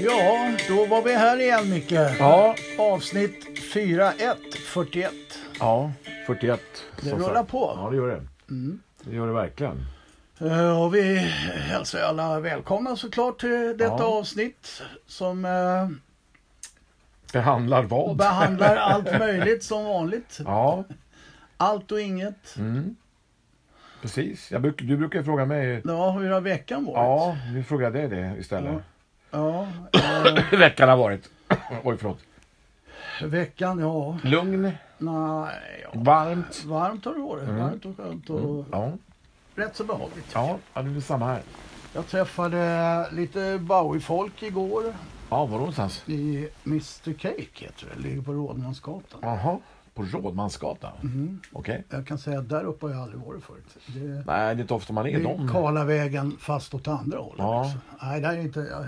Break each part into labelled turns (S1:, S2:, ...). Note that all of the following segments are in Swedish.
S1: Ja, då var vi här igen Micke.
S2: Ja,
S1: Avsnitt 4141.
S2: ja 41.
S1: Det
S2: som
S1: rullar
S2: sagt.
S1: på. Mm.
S2: Ja, det gör det. Det gör det verkligen.
S1: Eh, och vi hälsar alla välkomna såklart till detta
S2: Ja.
S1: avsnitt som eh,
S2: Behandlar vad?
S1: behandlar allt möjligt som vanligt.
S2: ja,
S1: Allt och inget.
S2: Mm. precis. Jag bruk, du brukar ju fråga mig.
S1: Ja, hur har veckan varit?
S2: Ja, nu frågar jag dig det istället.
S1: Ja,
S2: Hur veckan har varit. Oj, förlåt.
S1: veckan, ja.
S2: Lugn,
S1: Nej, ja.
S2: varmt.
S1: Varmt har det varit. Varmt och skönt och
S2: Ja,
S1: rätt så behagligt.
S2: Mm. ja, ja det är samma här.
S1: Jag träffade lite Bowie-folk igår
S2: Ja, var någonstans?
S1: i Mr Cake heter det. Ligger på Rådmansgatan.
S2: Jaha, på Rådmansgatan?
S1: Mm-hmm.
S2: Okej.
S1: Jag kan säga att där uppe har jag aldrig varit förut. Det,
S2: Nej, det är inte ofta man
S1: det
S2: är
S1: är
S2: dem.
S1: kala vägen fast åt andra hållet.
S2: Ja.
S1: Liksom. Nej, där är inte jag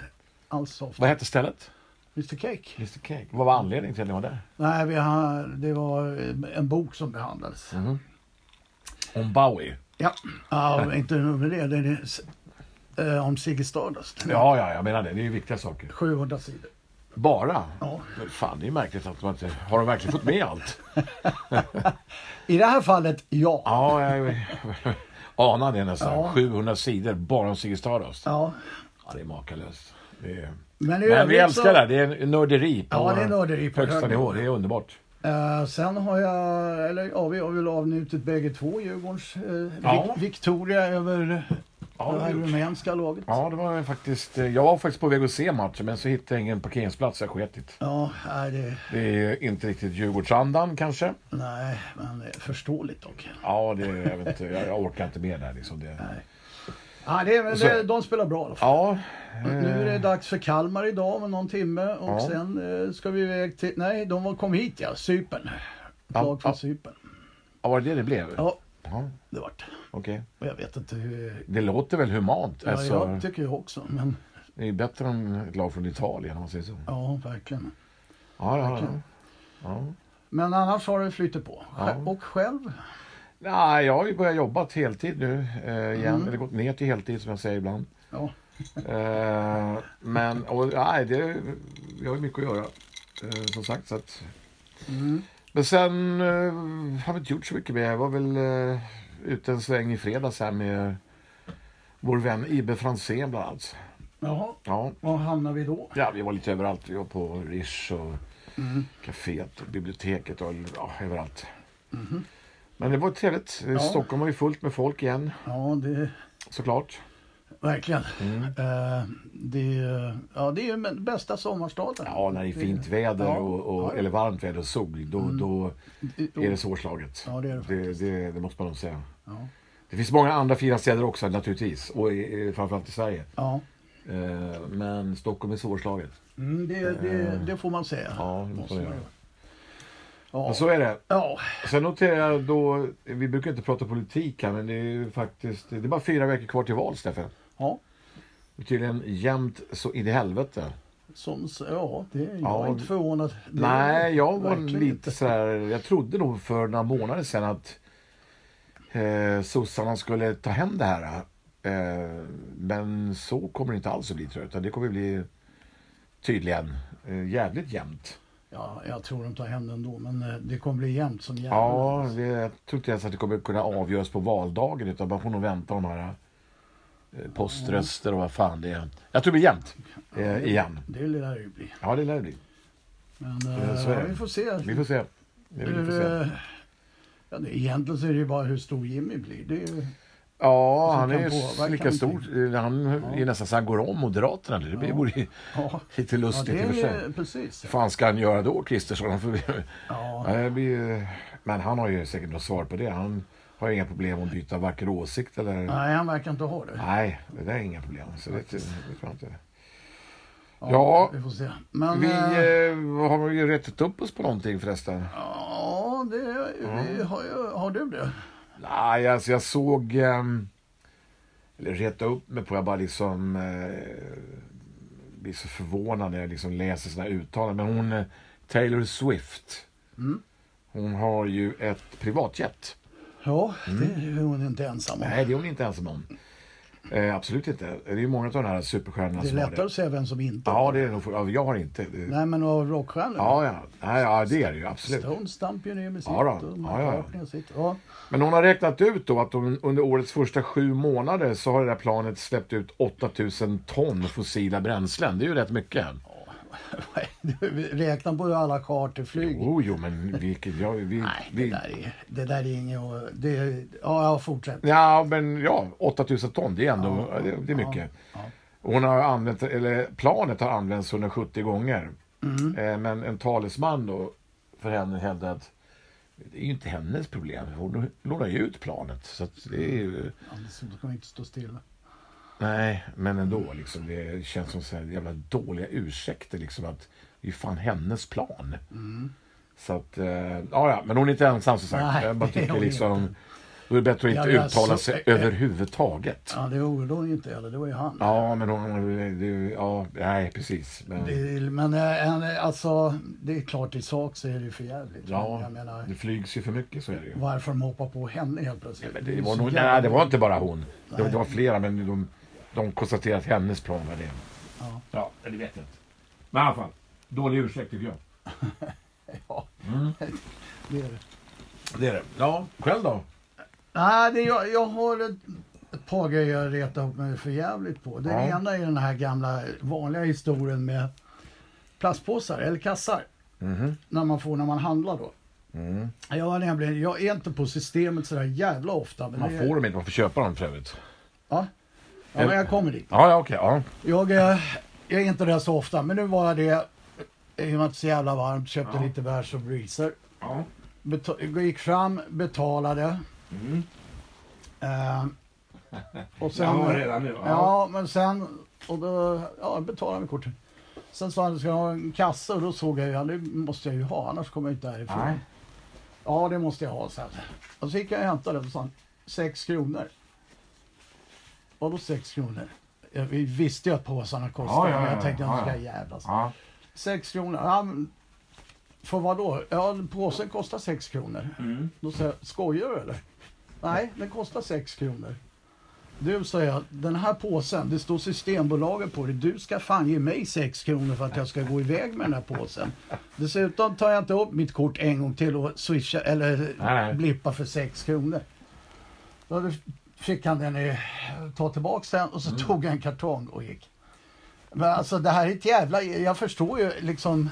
S1: alls så ofta.
S2: Vad hette stället?
S1: Mr Cake?
S2: Mr Cake. Vad var anledningen till att ni var där?
S1: Nej, vi har, det var eh, en bok som behandlades.
S2: Mhm. Om Bowie?
S1: Ja, ja inte nog med det. det är, eh, om Ziggy Stardust.
S2: Ja, ja, jag menar det. Det är ju viktiga saker.
S1: 700 sidor.
S2: Bara?
S1: Ja.
S2: Men Fan, det är märkligt att man inte... Har de verkligen fått med allt?
S1: I det här fallet, ja.
S2: Ja, jag anar det nästan.
S1: Ja.
S2: 700 sidor bara om Ziggy Stardust. Ja.
S1: ja.
S2: det är makalöst. Det är...
S1: Men, i
S2: Men vi
S1: övrigt
S2: älskar det. här. Det är nörderi på
S1: Ja, det är nörderi på
S2: högsta
S1: hög
S2: nivå.
S1: nivå.
S2: Det är underbart.
S1: Eh, sen har jag, eller ja, vi har väl avnjutit bägge två Djurgårdens eh,
S2: Ja.
S1: vik- Victoria över
S2: Ja,
S1: det här
S2: det har vi gjort.
S1: rumänska laget.
S2: ja, det var faktiskt... Jag var faktiskt på väg att se matchen, men så hittade jag ingen parkeringsplats. Jag sket i det.
S1: Ja, nej, det,
S2: Det är inte riktigt Djurgårdsandan kanske.
S1: nej, men eh, förståeligt dock.
S2: Ja, det, jag, vet inte, jag jag orkar inte med det här liksom. Det...
S1: Ja, det, är-
S2: så-
S1: det, de spelar bra i alla fall.
S2: Ja,
S1: Nu är det dags för Kalmar idag om någon timme och
S2: Ja.
S1: sen eh, ska vi iväg till, nej de var- kom hit ja, Cypern.
S2: Ja,
S1: Lag från
S2: ja.
S1: Cypern.
S2: ja, var det det det blev?
S1: Ja,
S2: Ja,
S1: det vart det.
S2: Okej.
S1: Och jag vet inte hur,
S2: Det låter väl humant?
S1: ja,
S2: alltså,
S1: jag tycker ju också men
S2: Det är ju bättre än ett lag från Italien om man säger så. Ja,
S1: ja verkligen.
S2: ja, ja.
S1: verkligen. Men annars har det flyttat på. Sj- Och själv?
S2: Nej, jag har ju börjat jobba till heltid nu eh, igen.
S1: Mm.
S2: Eller gått ner till heltid som jag säger ibland.
S1: Ja.
S2: Eh, men, och, nej, det, vi har ju mycket att göra. Eh, som sagt, så att.
S1: Mm.
S2: Men sen eh, har vi inte gjort så mycket mer. Jag var väl eh, ute en sväng i fredags här med vår vän Ibe Franzén bland annat.
S1: Jaha,
S2: Ja,
S1: var hamnar vi då?
S2: Ja, vi var lite överallt. Vi var på Rish och kaféet och biblioteket och ja, överallt. Men det var trevligt. Stockholm var ju fullt med folk igen,
S1: Ja, det,
S2: såklart.
S1: verkligen.
S2: Mm.
S1: Eh, det, är- ja, det är ju den bästa sommarstaden.
S2: Ja, när det är fint väder
S1: Ja,
S2: och, och,
S1: ja. Mm.
S2: eller varmt väder och sol, då, då är det svårslaget.
S1: Ja, det är det
S2: det, det, det måste man nog säga.
S1: Ja.
S2: Det finns många andra fina städer också naturligtvis, och i, i- framförallt i Sverige.
S1: ja.
S2: Eh, Men Stockholm är svårslaget.
S1: Mm, det, det, det får man säga.
S2: Eh. Ja, det
S1: Måste
S2: får jag
S1: man
S2: göra.
S1: göra. Ja.
S2: Men så är det.
S1: ja,
S2: Sen noterar jag då, vi brukar inte prata politik här, men det är ju faktiskt, det är bara fyra veckor kvar till val, Steffen.
S1: ja.
S2: Det är Tydligen jämnt så in i helvete.
S1: Som, s- ja, det, jag
S2: Ja,
S1: är inte förvånad. Det,
S2: Nej, jag var
S1: verkligen
S2: lite
S1: inte.
S2: sådär, jag trodde nog för några månader sedan att eh, sossarna skulle ta hem det här. Eh, men så kommer det inte alls att bli tror jag, utan det kommer bli tydligen eh, jävligt jämnt.
S1: Ja, jag tror de tar hem den då, men eh, det kommer bli jämnt som jävlar.
S2: Ja, det, jag tror inte ens att det kommer kunna avgöras på valdagen utan man får nog vänta de här eh, poströster och vad fan det är. Jag tror det blir jämnt. Eh, igen.
S1: Det lär det ju bli.
S2: Ja, det lär det bli.
S1: Men eh,
S2: Ja, så är
S1: ja,
S2: det.
S1: vi får se.
S2: Vi får se. Det vill vi får
S1: Hur,
S2: se.
S1: eh, ja, det, egentligen så är det ju bara hur stor Jimmy blir. Det är ju,
S2: Ja,
S1: som
S2: han
S1: kan
S2: är
S1: påverka
S2: lika stor. Eh, Han är nästan så han går om Moderaterna. Det blir- vore ju
S1: ja.
S2: lite lustigt i och för
S1: ja, det
S2: sig.
S1: är, precis.
S2: Vad fan ska han göra då, Kristersson? Han får-
S1: Ja.
S2: Ja, det blir ju- Men han har ju säkert något svar på det. Han har ju inga problem att byta varken åsikt eller...
S1: Nej, han verkar inte ha det.
S2: Nej, det där är inga problem. Så det, det tror jag inte.
S1: Ja,
S2: Ja.
S1: Vi får se. Men,
S2: Vi
S1: eh,
S2: eh, har ju rättat upp oss på någonting förresten.
S1: ja, det, vi, har, ju- har du det?
S2: Nej, alltså jag såg... ehm, Eller reta upp mig på, jag bara liksom... Eh, blir så förvånad när jag liksom läser såna här uttalanden. Men hon, eh, Taylor Swift.
S1: Mm.
S2: Hon har ju ett privatjet. Mm.
S1: Ja, det är hon inte ensam om.
S2: Nej, det är hon inte ensam om. Eh, absolut inte. Det är ju många av de här superstjärnorna
S1: Det är
S2: som har
S1: lättare
S2: det.
S1: att säga vem som inte
S2: Ja, det är det nog. för- ja, Jag har inte. Det-
S1: Nej, men av rockstjärnor.
S2: Ja, ja. Nej, ja, det är det ju absolut.
S1: Stones stamp ju ner med sitt.
S2: Ja, då.
S1: och
S2: Ja, ja, ja.
S1: McCartney och sitt. Ja.
S2: Men hon har räknat ut då att de, under årets första sju månader så har det där planet släppt ut 8000 ton fossila bränslen. Det är ju rätt mycket.
S1: Räkna på hur alla charterflyg.
S2: Oh, jo, men vilket... Ja, vi,
S1: Nej, det
S2: vi,
S1: där är, det där är inget att- det, Ja, ja, fortsätt.
S2: ja, men ja, 8000 ton, det är ändå det, det är mycket. Och Hon har använt, eller planet har använts 170 gånger.
S1: Mm.
S2: Eh, Men en talesman då för henne hävdade att det är ju inte hennes problem. Hon lånar ju ut planet. Så att det är ju...
S1: Ja, det ska man inte stå stilla.
S2: Nej, men
S1: Mm.
S2: ändå. Liksom, det känns som så här jävla dåliga ursäkter. Liksom, att det är fan hennes plan. Så att, eh, ja, ja, men hon är inte ensam som sagt.
S1: Mm. Nej,
S2: jag bara
S1: det är
S2: tycker
S1: hon
S2: liksom, då är det bättre att inte
S1: Ja, men
S2: uttala
S1: alltså,
S2: sig
S1: eh,
S2: överhuvudtaget.
S1: Ja, det gjorde hon ju inte heller. Det var ju han.
S2: Ja, men hon, det, ja, nej precis. Men,
S1: Det, men eh, en- alltså, det är klart i sak så är det ju för jävligt. Men
S2: ja,
S1: jag menar,
S2: det flygs ju för mycket så är det ju.
S1: varför de hoppar på henne helt plötsligt.
S2: Men det
S1: är
S2: var
S1: så
S2: nog,
S1: jävla-
S2: nej, det var inte bara hon. Det, det var flera, men de, de konstaterade att hennes plan var det.
S1: Ja.
S2: ja det vet jag inte. Men i alla fall, dålig ursäkt tycker jag.
S1: Ja, det är det.
S2: Det är det. Ja, själv då?
S1: Nej, det, jag, jag har ett, ett par grejer jag retar upp mig för jävligt på. Den
S2: Ja.
S1: ena är den här gamla vanliga historien med plastpåsar eller kassar.
S2: Mhm,
S1: När man får när man handlar då. Jag, har nämligen, jag är inte på systemet sådär jävla ofta. Men
S2: Man
S1: det är,
S2: får dem inte, man får köpa dem för övrigt.
S1: Ja, ja men jag kommer dit.
S2: Ja, ja okej. Ja.
S1: Jag, eh, jag är inte där så ofta, men nu var jag det. I och med att det är så jävla varmt, köpte
S2: Ja.
S1: lite bärs och breezer.
S2: Ja.
S1: Beta- gick fram, betalade.
S2: Mm.
S1: Eh, och sen,
S2: redan nu.
S1: Ja, men sen... Och då ja, betalade jag med kortet. Sen sa han ska jag ha en kassa och då såg jag ju, ja, det måste jag ju ha annars kommer jag inte därifrån.
S2: Nej.
S1: Ja, det måste jag ha, så här. Och så gick jag och hämtade den och sa han, sex kronor. Vadå sex kronor? Jag, vi visste ju att påsarna kostade,
S2: Ja, ja,
S1: men
S2: ja,
S1: jag tänkte
S2: ja,
S1: att
S2: ja.
S1: ska jävlas.
S2: Ja.
S1: Sex kronor, ja, men, för vad då? Ja, påsen kostar sex kronor.
S2: Mm.
S1: Då sa jag, skojar du eller? Nej, den kostar sex kronor. Du, sa jag, den här påsen, det står Systembolaget på det. Du ska fan ge mig sex kronor för att jag ska gå iväg med den här påsen. Dessutom tar jag inte upp mitt kort en gång till och swisha, eller
S2: nej.
S1: blippa för sex kronor. Då hade- fick han den i, ta tillbaks den och så
S2: Mm.
S1: tog jag en kartong och gick. Men alltså det här är ett jävla, jag förstår ju liksom.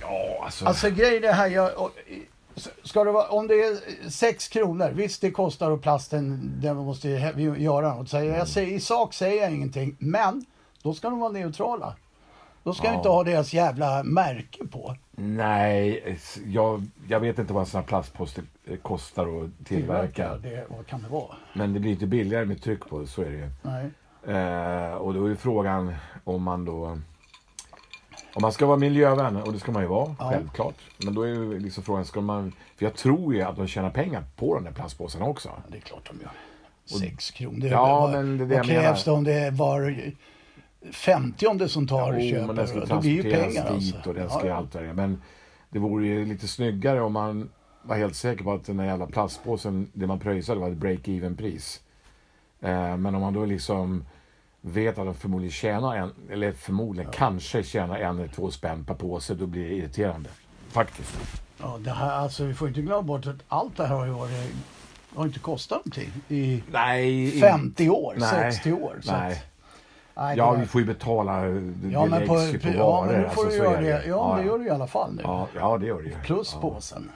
S2: ja, alltså.
S1: Alltså grejen är här, jag, och, i- ska det vara, om det är 6 kronor, visst det kostar och plasten, den måste ju he- vi göra något. Så jag,
S2: Mm.
S1: jag säger, I sak säger jag ingenting, men då ska de vara neutrala. Då ska vi
S2: Ja.
S1: inte ha deras jävla märke på.
S2: Nej, s- jag, jag vet inte vad en sån här plastposter eh, kostar att tillverka.
S1: Det, vad kan det vara?
S2: Men det blir inte billigare med tryck på det, så är det ju.
S1: Nej.
S2: Eh, och då är ju frågan om man då... Om man ska vara miljövän, och det ska man ju vara,
S1: Ja.
S2: självklart. Men då är ju liksom frågan, ska man... För jag tror ju att de tjänar pengar på den där plastpåsen också.
S1: Ja, Det är klart de gör. 6 kronor.
S2: Ja,
S1: Vad-
S2: men det är det
S1: vad
S2: jag menar.
S1: krävs det om det var 50 om det som tar och
S2: Jo, men den
S1: köper? då?
S2: ska
S1: Det blir ju
S2: transporteras
S1: pengar
S2: dit
S1: alltså.
S2: och den ska
S1: Ja,
S2: allt det där. Men det vore ju lite snyggare om man var helt säker på att den där jävla plastpåsen, det man pröjsade var ett break-even-pris. Eh, men om man då liksom vet att de förmodligen tjänar en, eller förmodligen kanske tjänar en eller två spänn per påse, då blir det irriterande. Faktiskt.
S1: Ja, det här, alltså, vi får inte glömma bort att allt det här har ju varit, har inte kostat någonting i
S2: Nej.
S1: 50 år,
S2: nej,
S1: 60 år. Så
S2: nej.
S1: Att, nej,
S2: ja,
S1: det-
S2: vi får ju betala. eh, Det
S1: ja, men
S2: läggs
S1: på,
S2: ju på varor.
S1: ja, men nu får
S2: alltså,
S1: du
S2: så
S1: göra
S2: är
S1: det. Ja, men det
S2: ja.
S1: gör du i alla fall nu.
S2: Ja, ja, det gör det ju.
S1: Plus
S2: ja. Mm.
S1: påsen.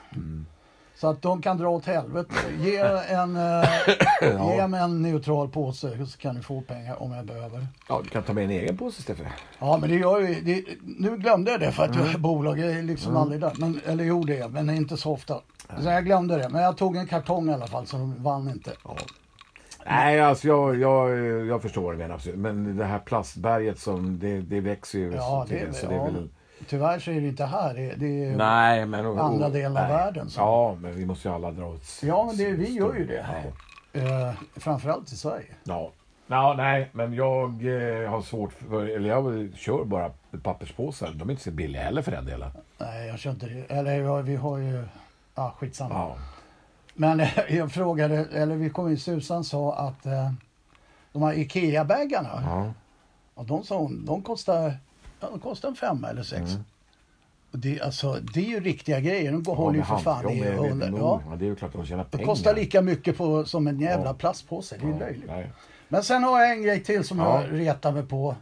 S1: Så att de kan dra åt helvete. Ge, en, eh, ge mig en neutral påse så kan du få pengar om jag behöver.
S2: Ja, du kan ta med en egen påse, Steffe.
S1: Ja, men det gör ju... Det, nu glömde jag det för att
S2: Mm.
S1: jag, bolag är liksom aldrig där. Men, eller jo, det är men inte så ofta. Så jag glömde det. Men jag tog en kartong i alla fall så de vann inte.
S2: Nej, alltså jag, jag, jag förstår vad du menar. Absolut. Men det här plastberget som, det, det växer ju.
S1: Ja, det,
S2: tydligen,
S1: är
S2: så
S1: ja.
S2: väl-
S1: Tyvärr så är det inte här. Det, det är,
S2: Nej, men... och- och-
S1: Andra delen av världen, så.
S2: Ja, men vi måste ju alla dra åt...
S1: Ja, men det- vi gör ju det.
S2: Ja.
S1: eh, framförallt i Sverige.
S2: Ja. Ja, nej, men jag eh, har svårt för... Eller jag kör bara papperspåsar. De är inte så billiga heller för den delen.
S1: Nej, jag kör inte det. Eller ja, vi har ju... Ja, skitsamma.
S2: Ja.
S1: Men jag frågade, eller vi kom in, Susan sa att eh, de här IKEA-bägarna.
S2: Ja.
S1: Och de sa hon, de kostar, ja, de kostar en femma eller sex.
S2: Mm.
S1: Och det, alltså, det är ju riktiga grejer. De går, håller ju för fan i hundra.
S2: ja.
S1: Ja.
S2: men det är ju klart att de tjänar
S1: Det
S2: pengar.
S1: kostar lika mycket på, som en jävla
S2: Ja.
S1: plastpåse. Det är ju
S2: Ja,
S1: löjligt.
S2: nej.
S1: Men sen har jag en grej till som
S2: Ja.
S1: jag retar mig på.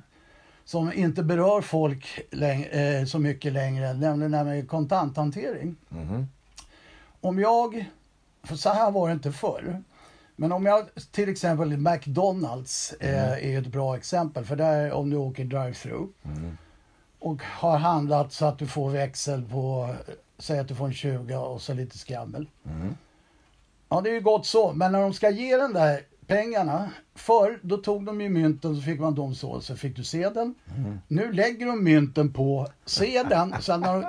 S1: Som inte berör folk läng- eh, så mycket längre. Nämligen det här med kontanthantering.
S2: Mhm.
S1: Om jag, för så här var det inte förr. Men om jag till exempel McDonalds eh, är ett bra exempel. För där om du åker drive-through. Och har handlat så att du får växel på, eh, säg att du får en 20 och så lite skrammel. Ja, det är ju gott så. Men när de ska ge den där pengarna. Förr, då tog de ju mynten så fick man dem så, så fick du sedeln. Nu lägger de mynten på sedeln. så att när de,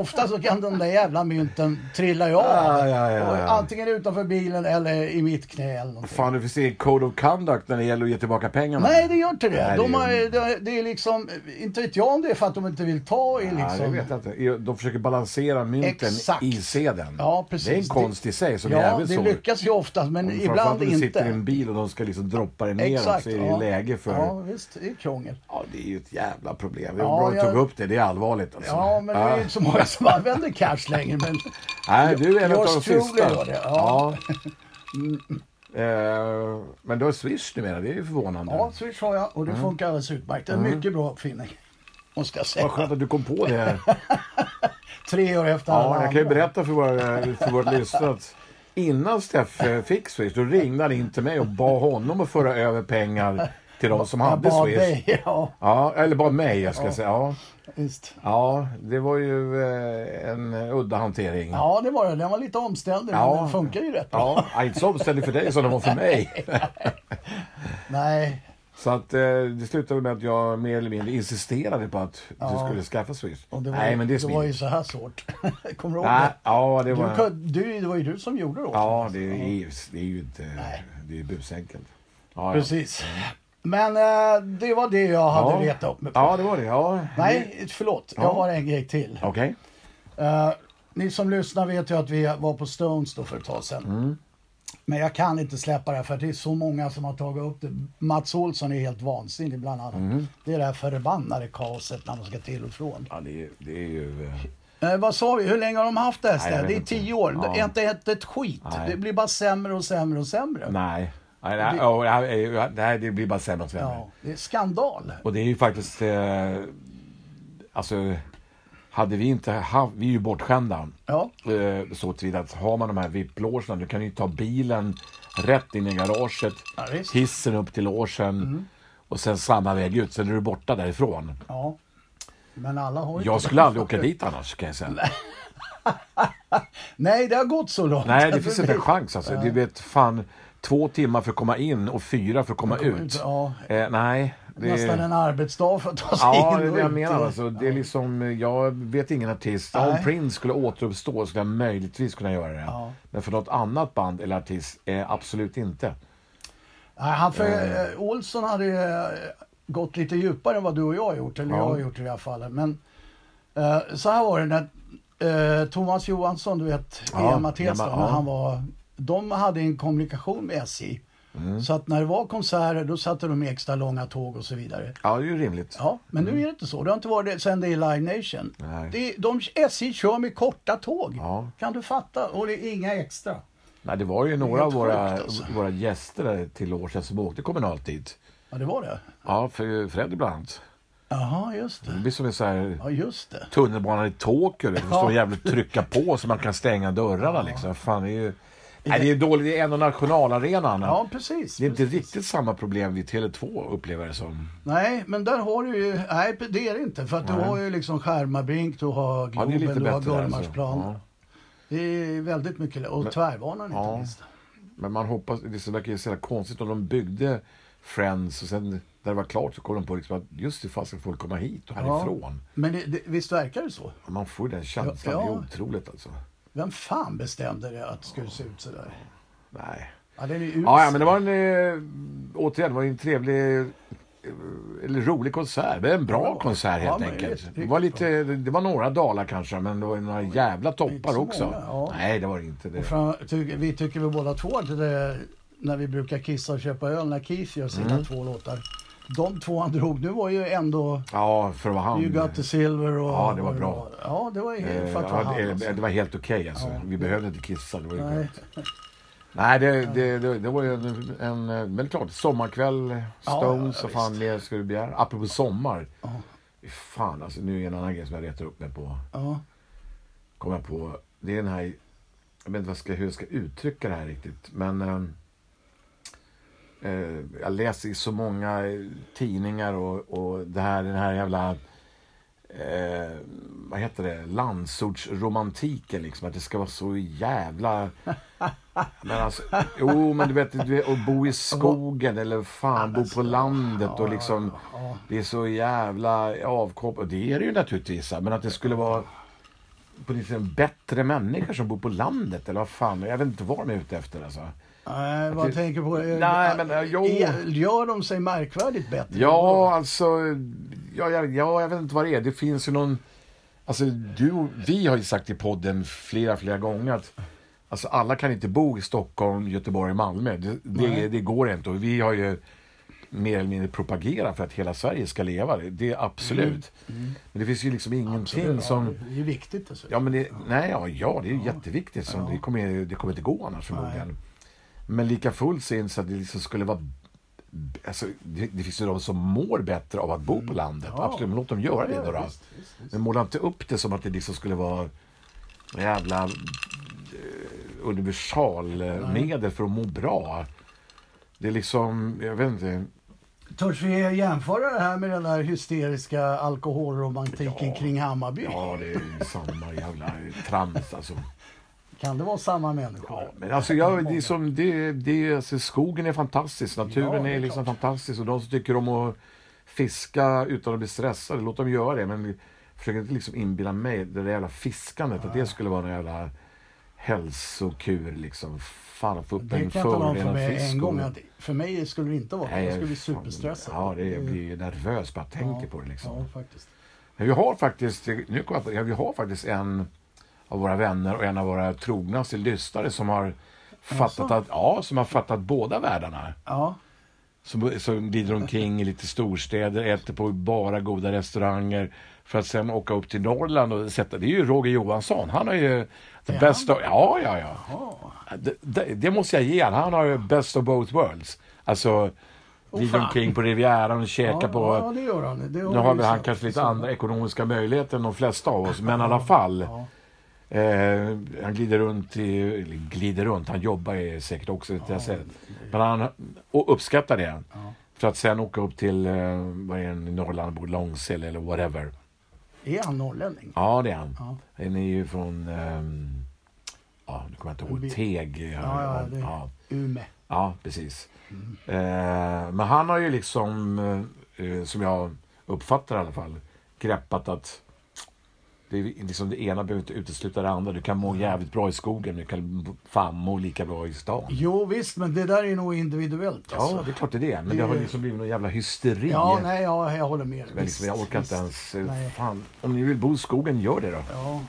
S1: ofta så kan den där jävla mynten trilla ju av.
S2: Ah, Ja, ja, ja,
S1: Och
S2: ja.
S1: Antingen utanför bilen eller i mitt knä eller någonting.
S2: Fan, du får se Code of Conduct när det gäller att ge tillbaka pengarna.
S1: Nej, det gör inte det.
S2: Nej, det
S1: de
S2: gör
S1: har,
S2: de
S1: det, det är liksom, inte vet jag om det är för att de inte vill ta i
S2: Ja, det
S1: liksom.
S2: vet jag inte. De försöker balansera mynten
S1: Exakt.
S2: i sedeln.
S1: Ja, precis.
S2: Det är en konst i sig som är
S1: ja,
S2: jävligt
S1: det
S2: svår.
S1: lyckas ju oftast men
S2: Framförallt
S1: ibland
S2: om du
S1: inte.
S2: sitter i en bil och de ska liksom droppa dig neråt
S1: Exakt.
S2: så är det
S1: ja.
S2: läge för...
S1: Ja,
S2: Ja.
S1: visst. Det är krångel.
S2: det är ju ett jävla problem. Det är
S1: Ja,
S2: bra att du
S1: jag-
S2: tog upp det. Det är allvarligt alltså.
S1: Ja, men det är ju inte så många som använder cash längre. Men
S2: Nej, du är en av
S1: Yours
S2: de
S1: truly
S2: sista.
S1: gör det, ja.
S2: Ja. Eh, men du har Swish numera. Det är ju förvånande.
S1: ja, Swish har jag
S2: Mm.
S1: och det funkar alldeles utmärkt. Det är en mycket bra uppfinning. Måste jag
S2: Vad
S1: säga.
S2: skönt att du kom på det här.
S1: Tre år efter alla
S2: Ja, jag kan ju
S1: andra.
S2: berätta för våra, för våra lyssnare att innan Steffe fick Swish, då ringde han in till mig och bad honom att föra över pengar till de som
S1: Jag
S2: hade
S1: bad
S2: Swish.
S1: dig. Ja,
S2: Ja, eller bad mig, jag ska säga. Ja.
S1: visst.
S2: ja, det var ju eh, en udda hantering.
S1: Ja, det var det. Den var lite omständig, men
S2: Ja.
S1: den funkar ju rätt bra.
S2: Ja, ja, inte så omständig för dig som det var för mig.
S1: Nej,
S2: Så att eh, det slutade med att jag mer eller mindre insisterade på att du skulle skaffa Swish.
S1: och det var,
S2: Nej, men det är
S1: var ju
S2: smidigt.
S1: så här svårt. Kommer du ihåg
S2: Nej,
S1: det?
S2: ja, det
S1: Du,
S2: var...
S1: kunde- du, det var ju du som gjorde det åt mig.
S2: Ja, det är, det är ju inte... Det är busenkelt. Ja, ja.
S1: Precis. Men eh, det var det jag hade retat upp mig på.
S2: Ja, det var det. Ja.
S1: Nej, förlåt. Jag
S2: Ja.
S1: har en grej till.
S2: Okej.
S1: Eh, ni som lyssnar vet ju att vi var på Stones då för ett tag sedan.
S2: Mm.
S1: Men jag kan inte släppa det här för det är så många som har tagit upp det. Mats Olsson är helt vansinnig bland annat.
S2: Mm.
S1: Det är det här förbannade kaoset när man ska till och från.
S2: Ja, det, är- det är ju... eh,
S1: Eh, vad sa vi? Hur länge har de haft det här
S2: Nej, jag
S1: stället?
S2: vet
S1: Det är
S2: inte.
S1: tio år.
S2: Ja.
S1: Det är inte ett, ett skit.
S2: Nej.
S1: Det blir bara sämre och sämre och sämre.
S2: Nej. Nej, nej, åh, det, här, är ju- det här det blir bara sämre och sämre.
S1: Ja, det är skandal.
S2: Och det är ju faktiskt... Eh, alltså, hade vi inte haft... Vi är ju bortskämda.
S1: Ja.
S2: Eh, så tillvida att har man de här VIP-logerna, du kan ju ta bilen rätt in i garaget,
S1: Ja, visst. Mm.
S2: hissen upp till logen och sen samma väg ut. Sen är du borta därifrån.
S1: ja. Men alla har ju
S2: Jag
S1: inte-
S2: skulle aldrig åka dit annars kan jag säga.
S1: Nej, det har gått så långt.
S2: Nej, det
S1: För
S2: finns inte
S1: mig.
S2: en chans alltså. Du vet, fan, två timmar för att komma in och fyra för att komma
S1: ut,
S2: ut.
S1: ja.
S2: Eh, nej. Det...
S1: Nästan en arbetsdag för att ta sig
S2: Ja,
S1: in
S2: det är
S1: och
S2: det jag
S1: ut.
S2: menar. Alltså, det är liksom, jag vet ingen artist. Om
S1: Nej.
S2: Prince skulle återuppstå skulle jag möjligtvis kunna göra det.
S1: Ja.
S2: Men för något annat band eller artist, eh, absolut inte.
S1: Nej, han för, eh, Olsson hade ju eh, gått lite djupare än vad du och jag har gjort, eller
S2: Ja.
S1: jag har gjort i det här fallet. Men eh, så här var det när eh, Thomas Johansson, du vet,
S2: Ja,
S1: EM Mattias, då,
S2: gammal,
S1: när
S2: ja.
S1: han var, de hade en kommunikation med SJ.
S2: Mm.
S1: Så att när det var konserter då satte de i extra långa tåg och så vidare.
S2: Ja, det är ju rimligt.
S1: Ja, men nu är det inte så. Det har inte varit det sen det är Live Nation.
S2: Mm. Nej.
S1: Det, är- de, SJ kör med korta tåg.
S2: Ja.
S1: Kan du fatta? Och det är inga extra.
S2: Nej, det var ju några av
S1: helt
S2: våra,
S1: sjukt, alltså.
S2: våra gäster där till år sedan som åkte kommunalt dit.
S1: Ja, det var det.
S2: Ja, för Freddy bland annat.
S1: Jaha, just
S2: Det
S1: det.
S2: blir som en sån här
S1: Ja, just det.
S2: tunnelbanan i Tokyo. Det står jävligt trycka på så man kan stänga dörrarna liksom. Fan, det är ju... Nej, det är dåligt. Det är en och nationalarenan.
S1: Ja, precis.
S2: Det är inte riktigt samma problem vid Tele2 upplever jag det som.
S1: Nej, men där har du ju... Nej, det är det inte. För att du har ju liksom Skärmarbrink, du har
S2: Ja, det är
S1: Globen,
S2: lite
S1: du har
S2: bättre där, alltså.
S1: Gullmarsplan.
S2: Ja.
S1: Det är väldigt mycket... lä- Och tvärbanan inte
S2: Ja.
S1: minst.
S2: Men man hoppas, det så verkar ju så jävla konstigt om de byggde Friends och sen när det var klart så kom de på liksom att just det, fasen får komma hit och härifrån.
S1: Men det, det, visst verkar det så?
S2: Man får ju den känslan,
S1: Ja, ja.
S2: det är otroligt alltså.
S1: Vem fan bestämde det att det skulle se ut sådär?
S2: Nej.
S1: Ja, det är ju usel.
S2: Ja, ja, men det var en, eh, återigen, det var en trevlig, eh, eller rolig konsert. Men en bra
S1: Ja,
S2: konsert
S1: ja,
S2: helt
S1: men
S2: enkelt.
S1: riktigt
S2: Det var,
S1: riktigt
S2: lite, det var några dalar kanske, men det var några jävla
S1: inte
S2: toppar
S1: så
S2: också.
S1: många, ja.
S2: Nej, det var det inte. Det.
S1: Fram, ty, vi tycker väl båda två att det, när vi brukar kissa och köpa öl när Keith gör
S2: Mm.
S1: sina två låtar. De två han drog nu var ju ändå
S2: Ja, för vad han...
S1: You got the silver och...
S2: Ja, det var
S1: och-
S2: bra. Eh,
S1: Ja, det var helt för att vara
S2: ja,
S1: han.
S2: det,
S1: Alltså.
S2: det var helt okej alltså.
S1: Ja.
S2: Vi behövde inte kissa. Det var ju
S1: Nej.
S2: skönt. Nej, det, det, det, det var ju en, en... eh, Men det är klart, sommarkväll,
S1: ja,
S2: Stones,
S1: ja,
S2: vad fan mer skulle du begära? Apropå sommar.
S1: Ja.
S2: Fan alltså, nu är en annan grej som jag retar upp mig på.
S1: Ja,
S2: Kom jag på. Det är den här... Jag vet inte vad jag ska, hur jag ska uttrycka det här riktigt, men... ehm, eh, jag läser i så många eh, tidningar och, och det här, den här jävla... Eh, vad heter det? Landsortsromantiken liksom. Att det ska vara så jävla... Men alltså, jo, men du vet, du vet, att bo i skogen eller fan, bo på landet och liksom...
S1: ja.
S2: Det är så jävla avkopplat. Och det är det ju naturligtvis. Men att det skulle vara på liksom bättre människor som bor på landet. Eller vad fan. Jag vet inte vad de är ute efter alltså.
S1: Nej, vad
S2: det-
S1: tänker på? eh,
S2: Nej, men, eh, jo.
S1: är- Gör de sig märkvärdigt bättre?
S2: Ja, alltså. Ja, jag, ja, jag vet inte vad det är. Det finns ju någon... Alltså, du, och- vi har ju sagt i podden flera, flera gånger att alltså, alla kan inte bo i Stockholm, Göteborg, Malmö. Det, det,
S1: Nej.
S2: det går inte. Och vi har ju mer eller mindre propagerat för att hela Sverige ska leva. Det, det är absolut. Men det finns ju liksom ingenting
S1: Absolut, ja,
S2: som...
S1: Det är ju viktigt alltså.
S2: Ja, men det, nej, ja, ja, det är ju jätteviktigt. Som, det, kommer, det kommer inte gå annars förmodligen. Men lika fullt så inser jag att det liksom skulle vara... Alltså, det, det finns ju de som mår bättre av att bo på landet.
S1: Mm. Ja.
S2: Absolut, men låt dem göra det då. då.
S1: visst, visst, visst.
S2: Men måla inte upp det som att det liksom skulle vara en jävla eh, universalmedel för att må bra. Det är liksom, jag vet inte.
S1: Törs vi jämföra det här med den där hysteriska alkoholromantiken
S2: Ja.
S1: kring Hammarby?
S2: Ja, det är ju samma jävla trams alltså.
S1: Kan det vara samma människor?
S2: Ja, men alltså jag, det är som, det, det, alltså skogen är fantastisk,
S1: Ja,
S2: naturen
S1: det är
S2: är liksom fantastisk och de som tycker om att fiska utan att bli stressade, låt dem göra det. Men försök inte liksom inbilla mig det där jävla fiskandet, att det skulle vara någon jävla hälsokur liksom. Fan, få upp
S1: Det
S2: en
S1: kan jag tala om för
S2: förorenad
S1: mig
S2: fisk.
S1: en
S2: och-
S1: gång. Att för mig skulle det inte vara det.
S2: Nej,
S1: Jag skulle bli
S2: fan,
S1: superstressad. Eh,
S2: Ja, det, jag blir ju nervös bara jag tänker
S1: Ja,
S2: på det liksom.
S1: Ja, faktiskt.
S2: Men Vi har faktiskt, nu kommer jag på det, vi har faktiskt en av våra vänner och en av våra trognaste lyssnare som har fattat,
S1: Jaså?
S2: att, ja, som har fattat båda världarna.
S1: Ja,
S2: Som, som glider omkring i lite storstäder, äter på bara goda restauranger för att sen åka upp till Norrland och sätta... Det är ju Roger Johansson. Han har ju... The
S1: han?
S2: best of, ja, ja, ja.
S1: ja.
S2: Det, det, det måste jag ge han. Han har ju best of both worlds. Alltså, glider
S1: fan.
S2: omkring på Rivieran och käkar
S1: ja,
S2: på...
S1: ja, det gör han. Det
S2: Nu har
S1: vi
S2: väl han
S1: sett.
S2: kanske lite andra ekonomiska möjligheter än de flesta av oss, men i alla fall.
S1: Ja.
S2: Eh, han glider runt, i, eller glider runt, han jobbar ju säkert också, vet jag sett. Men han och uppskattar det.
S1: Ja.
S2: För att sen åka upp till, eh, vad är det, i Norrland, bor Långsele eller whatever.
S1: Är han norrlänning?
S2: Ja, det är han.
S1: Ja.
S2: Han är ju från, ehm, ja, nu kommer jag
S1: En bit.
S2: inte ihåg, Teg. Ja,
S1: ja, det-
S2: ja.
S1: Ume.
S2: Ja, precis. Eh, men han har ju liksom, eh, som jag uppfattar i alla fall, greppat att det, är liksom det ena behöver inte utesluta det andra. Du kan må jävligt bra i skogen, men du kan fan må lika bra i stan.
S1: Jo visst, men det där är nog individuellt. alltså.
S2: Ja, det är klart det är det. Men det har liksom blivit någon jävla hysteri.
S1: ja nej, ja, jag håller med.
S2: Men liksom, jag
S1: Visst,
S2: orkar inte
S1: visst.
S2: ens...
S1: Nej.
S2: Fan, om ni vill bo i skogen, gör det då.
S1: Ja,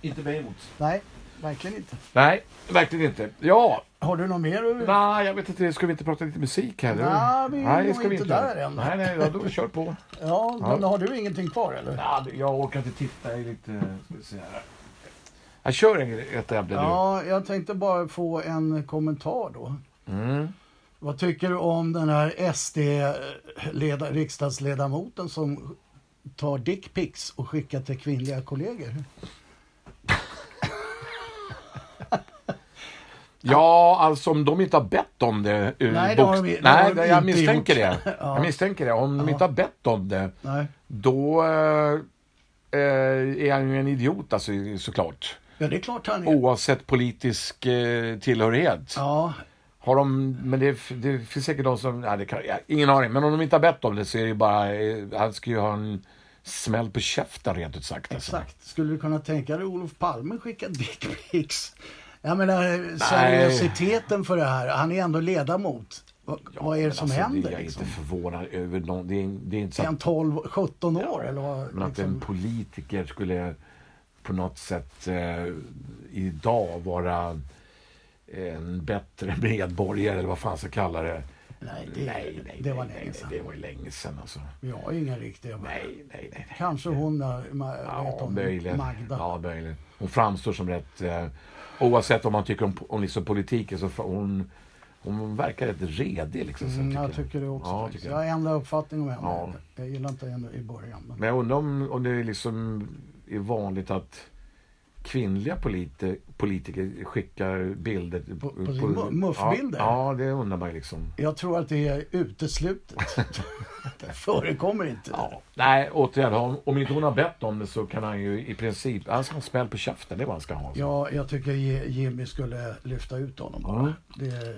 S2: Inte mig emot.
S1: nej, verkligen inte.
S2: Nej, verkligen inte. Ja,
S1: Har du något mer?
S2: nej, jag vet inte. Ska vi inte prata lite musik heller?
S1: Nej, vi är nog inte
S2: göra.
S1: där än.
S2: Nej, nej, ja, då kör på.
S1: Ja, men
S2: Ja.
S1: har du ingenting kvar eller?
S2: Ja, det- jag orkar inte titta i lite... Ska vi se här. Jag kör en grej, ett ämne
S1: Ja, jag tänkte bara få en kommentar då.
S2: du. Mm.
S1: Vad tycker du om den här SD-riksdagsledamoten som tar dickpics och skickar till kvinnliga kollegor?
S2: Ja, alltså om de inte har bett om det. eh,
S1: Nej, det har
S2: bokst-
S1: de- det har
S2: Nej,
S1: de
S2: det- jag
S1: inte
S2: misstänker
S1: gjort.
S2: det.
S1: Ja.
S2: Jag misstänker det. Om de inte har bett om det,
S1: Nej.
S2: då eh, eh, är han ju en idiot alltså, såklart.
S1: Ja, det är klart han är.
S2: Oavsett politisk eh, tillhörighet.
S1: Ja,
S2: Har de, men det, det finns säkert de som... Nej, det kan, ja, ingen aning. Men om de inte har bett om det så är det ju bara... eh, Han ska ju ha en smäll på käften rent ut sagt. alltså.
S1: exakt. Skulle du kunna tänka dig Olof Palme skicka dickpics? Jag menar, seriositeten för det här. Han är ändå ledamot. Vad, vad är det
S2: men
S1: som
S2: alltså,
S1: händer?
S2: Jag är
S1: liksom?
S2: inte förvånad över någon. Det är, det är inte så
S1: Är han
S2: att,
S1: 12, 17 år eller vad?
S2: men att en
S1: Liksom,
S2: politiker skulle på något sätt eh, idag vara en bättre medborgare eller vad fan ska kalla det.
S1: Nej, det, det var länge sedan.
S2: Nej, det var ju länge sedan alltså.
S1: Vi har ju ingen riktig.
S2: Nej, nej, nej. nej.
S1: Kanske hon där, ma- vet
S2: Ja,
S1: hon,
S2: möjligen.
S1: Magda.
S2: Ja, möjligen. Hon framstår som rätt... Eh, oavsett om man tycker om, om liksom politiken så fa- hon, hon verkar rätt redig. Liksom, så
S1: Mm,
S2: tycker
S1: jag tycker det också.
S2: Ja,
S1: faktiskt.
S2: tycker
S1: jag.
S2: jag.
S1: har ändrat uppfattning om henne.
S2: Ja.
S1: Jag gillar inte henne i början. Men...
S2: Men jag undrar om, om det liksom är vanligt att kvinnliga politi- politiker skickar bilder...
S1: På- på sin mu- muffbilder?
S2: Ja, ja, det undrar man ju liksom.
S1: Jag tror att det är uteslutet. det förekommer inte.
S2: Ja. Nej, återigen, om, om inte hon har bett om det så kan han ju i princip... Han ska ha en smäll på käften, det är vad han ska ha.
S1: Ja, jag tycker Ji- Jimmy skulle lyfta ut honom.
S2: Ja.
S1: Det,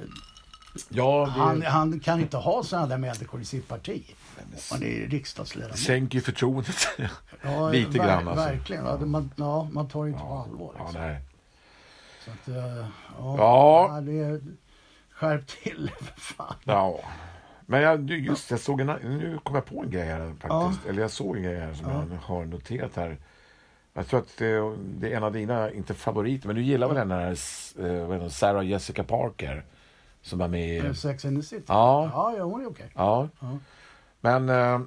S2: Ja, det,
S1: han, han kan inte ha sådana där människor i sitt parti. Han är
S2: det
S1: riksdagsledamot.
S2: sänker ju förtroendet.
S1: Ja,
S2: lite grann, alltså.
S1: Verkligen. Ja, det- man, ja, man tar det inte på allvar.
S2: Ja,
S1: Liksom.
S2: nej.
S1: Så att, eh, ja,
S2: Ja.
S1: ja. det är, skärp till för fan.
S2: Ja. Men jag, du, just det, jag såg en, nu kom jag på en grej här faktiskt. Eller jag såg en grej här som jag har noterat här. Jag tror att det, det är en av dina, inte favoriter, men du gillar väl den här S- eh, vad heter hon, Sarah Jessica Parker? Som var med i...
S1: Yeah. Sex and the City.
S2: Ja.
S1: Ja, ja, hon är okej.
S2: Ja.
S1: Ja.
S2: Men eh,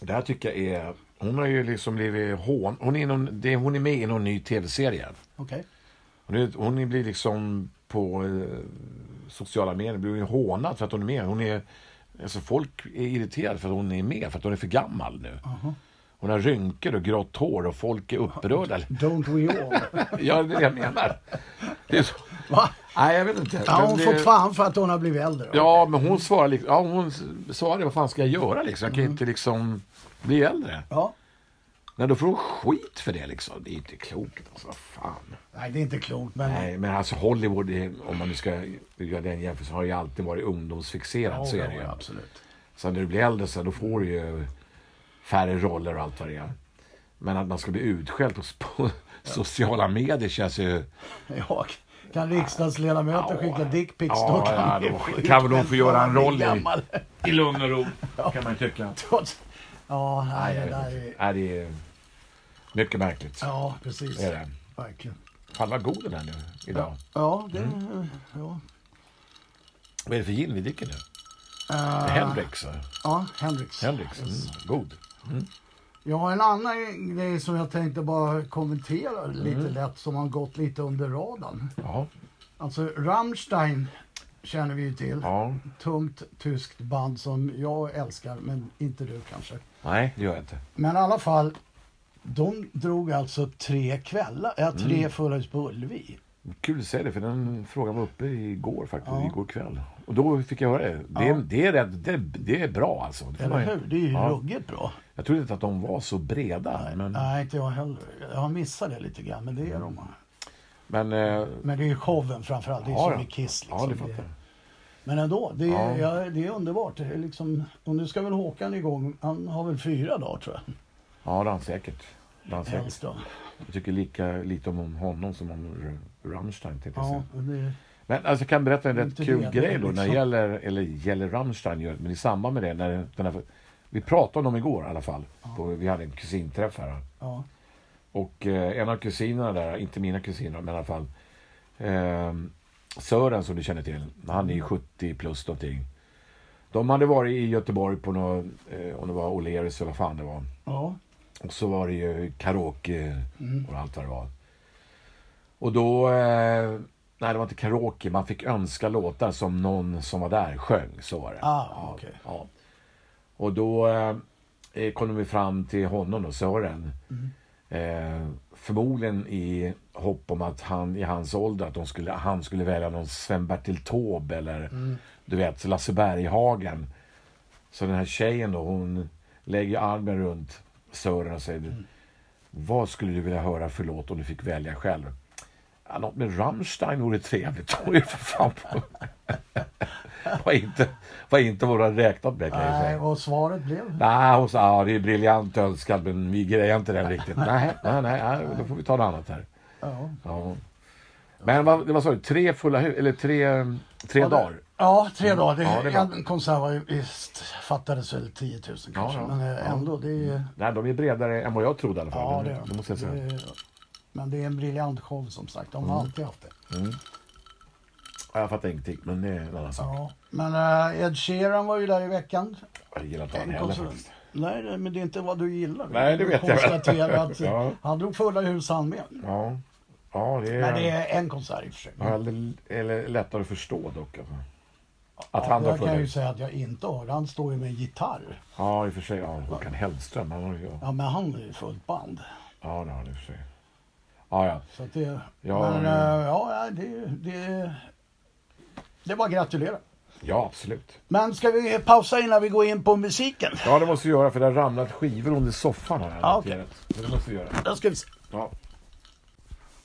S2: det här tycker jag är... Hon har ju liksom blivit hån... Hon är, någon, det, hon är med i någon ny tv-serie.
S1: Okej.
S2: Hon, är, hon blir liksom på eh, sociala medier blir hon hånad för att hon är med. Hon är, alltså folk är irriterade för att hon är med, för att hon är för gammal nu.
S1: Aha.
S2: Hon har rynkor och grått hår och folk är upprörda.
S1: Don't we all?
S2: Ja, det är det jag menar. Det är så.
S1: Va?
S2: Nej, jag vet inte.
S1: Ja,
S2: Men
S1: hon
S2: det-
S1: får fan för att hon har blivit äldre.
S2: Ja, men hon svarar liksom, ja, hon svarar vad fan ska jag göra liksom? Jag kan ju
S1: Mm.
S2: inte liksom bli äldre.
S1: Ja.
S2: Nej, då får hon skit för det liksom. Det är ju inte klokt alltså, vad fan.
S1: Nej, det är inte klokt. Men
S2: Nej, men alltså Hollywood, är- om man nu ska göra den jämförelsen, har ju alltid varit ungdomsfixerat.
S1: Ja,
S2: så är det
S1: ja,
S2: ju.
S1: absolut.
S2: Sen när du blir äldre sen, då får du ju färre roller och allt vad det är. Men att man ska bli utskälld på, på sociala medier känns ju...
S1: Ja, kan riksdagsledamöter
S2: Ja.
S1: skicka dickpics
S2: Ja,
S1: då kan
S2: ja,
S1: vi
S2: då
S1: skicka
S2: kan väl de få göra
S1: fan,
S2: en
S1: vi är
S2: roll i-
S1: gammal.
S2: I lugn och ro, kan man ju tycka.
S1: Trots- Ja, nej, det
S2: Nej,
S1: där är...
S2: Nej, det är mycket märkligt.
S1: Ja, precis.
S2: Det är det.
S1: Verkligen.
S2: Fan vad god den är nu, idag.
S1: Ja, det...
S2: Mm.
S1: Ja.
S2: Vad är det för gin vi dricker nu? Ah.
S1: Eh,
S2: Hendrix. va?
S1: Ja, Hendrix.
S2: Hendrix. Mm, god.
S1: Jag har en annan grej som jag tänkte bara kommentera
S2: Mm.
S1: lite lätt som har gått lite under radarn.
S2: Ja.
S1: Alltså Rammstein känner vi ju till.
S2: ja.
S1: Tungt tyskt band som jag älskar, men inte du kanske.
S2: Nej, det gör jag inte.
S1: Men i alla fall, de drog alltså tre kvällar, äh, tre
S2: Mm.
S1: fullhus på Ullevi.
S2: Kul att säga det, för den frågan var uppe igår faktiskt,
S1: Ja.
S2: igår kväll. Och då fick jag höra det. Det, är- det, är, rätt, det, det är bra alltså. Det får
S1: Eller
S2: man ju-
S1: hur? Det är ju
S2: ja.
S1: ruggigt bra.
S2: Jag trodde inte att de var så breda. Men,
S1: Nej, inte jag heller. Jag missar det lite grann, men det är de.
S2: men eh,
S1: Men det är ju showen framförallt. Det är
S2: Ja,
S1: som
S2: ja.
S1: i Kiss. Liksom.
S2: ja, det fattar jag.
S1: Men ändå, det är,
S2: Ja.
S1: ja, det är underbart. Det är liksom, och nu ska väl Håkan igång. Han har väl fyra dagar tror jag.
S2: Ja, det är han säkert. Det är han säkert.
S1: Helst då.
S2: Jag tycker lika lite om honom som om R- Rammstein. tänkte jag
S1: Ja,
S2: säga.
S1: och det,
S2: Men alltså, jag kan berätta en rätt
S1: Inte
S2: kul
S1: det,
S2: grej då.
S1: liksom.
S2: När det gäller, eller gäller Rammstein, gör det, men i samband med det. När den här, vi pratade om dem igår i alla fall. På, vi hade en kusinträff här.
S1: ja.
S2: Och eh, en av kusinerna där, inte mina kusiner men i alla fall. Eh, Sören som du känner till, han är ju 70 plus någonting. De hade varit i Göteborg på något, eh, om det var O'Learys eller vad fan det var.
S1: ja.
S2: Och så var det ju karaoke
S1: Mm.
S2: och allt vad det var. Och då, eh, nej det var inte karaoke, man fick önska låtar som någon som var där sjöng. Så var det.
S1: Ah,
S2: Ja,
S1: okej.
S2: ja. Och då eh, kom vi fram till honom då, Sören.
S1: Mm.
S2: Eh, förmodligen i hopp om att han i hans ålder, att de skulle, han skulle välja någon Sven-Bertil Taube eller
S1: Mm.
S2: du vet Lasse Berghagen. Så den här tjejen då, hon lägger armen runt Sören och säger
S1: Mm.
S2: Vad skulle du vilja höra för låt om du fick välja själv? Ja, något med Rammstein vore trevligt. Det var ju för fan på. var, inte, var inte vad du hade räknat med kan jag ju
S1: Nej,
S2: säga.
S1: och svaret blev...
S2: Nej, hon sa ja, det är briljant önskan men vi grejar inte den riktigt. Nej, nej, nej, nej, då får vi ta något annat här.
S1: Ja.
S2: Ja. Men vad, det var så, tre fulla hus, eller tre, tre
S1: Ja, det-
S2: dagar.
S1: Ja, tre dagar. Det,
S2: Ja, det är bra.
S1: en konsert var ju, visst, fattades väl 10 000 kanske.
S2: ja.
S1: Men eh, ändå, det är...
S2: Nej, de är bredare än vad jag trodde i alla fall.
S1: Ja, det är
S2: det, måste jag säga. Mm.
S1: Det är- Men det är en briljant show som sagt. De har alltid haft det.
S2: Ja, Jag fattar ingenting, men det är en annan sak.
S1: Ja. Men eh, Ed Sheeran var ju där i veckan.
S2: Jag gillar inte honom heller faktiskt.
S1: Nej, nej, men det är inte vad du gillar.
S2: Nej, det vet jag.
S1: Konstatera att
S2: Ja.
S1: han drog fulla hus han med.
S2: Ja, ja det
S1: Men det
S2: är...
S1: är en konsert i och för sig.
S2: Jag har aldrig- Eller lättare att förstå dock. alltså. Att
S1: Ja,
S2: han drar
S1: jag
S2: fulla
S1: kan ju
S2: hus.
S1: säga att jag inte har. Han står ju med en gitarr.
S2: Ja, i och för sig. Ja, Håkan Hellström. Han har ju... Ja,
S1: Ja, men han är ju fullt band.
S2: det har han i och för sig. Ja, ja.
S1: Så att det,
S2: Ja,
S1: men
S2: men-
S1: eh, ja, det, det, det var att gratulera.
S2: Ja, absolut.
S1: Men ska vi pausa innan vi går in på musiken?
S2: Ja, det måste vi göra för det har ramlat skivor under soffan här.
S1: Ja, okej.
S2: noterat. Så Det måste vi göra.
S1: Då ska vi se.
S2: Ja.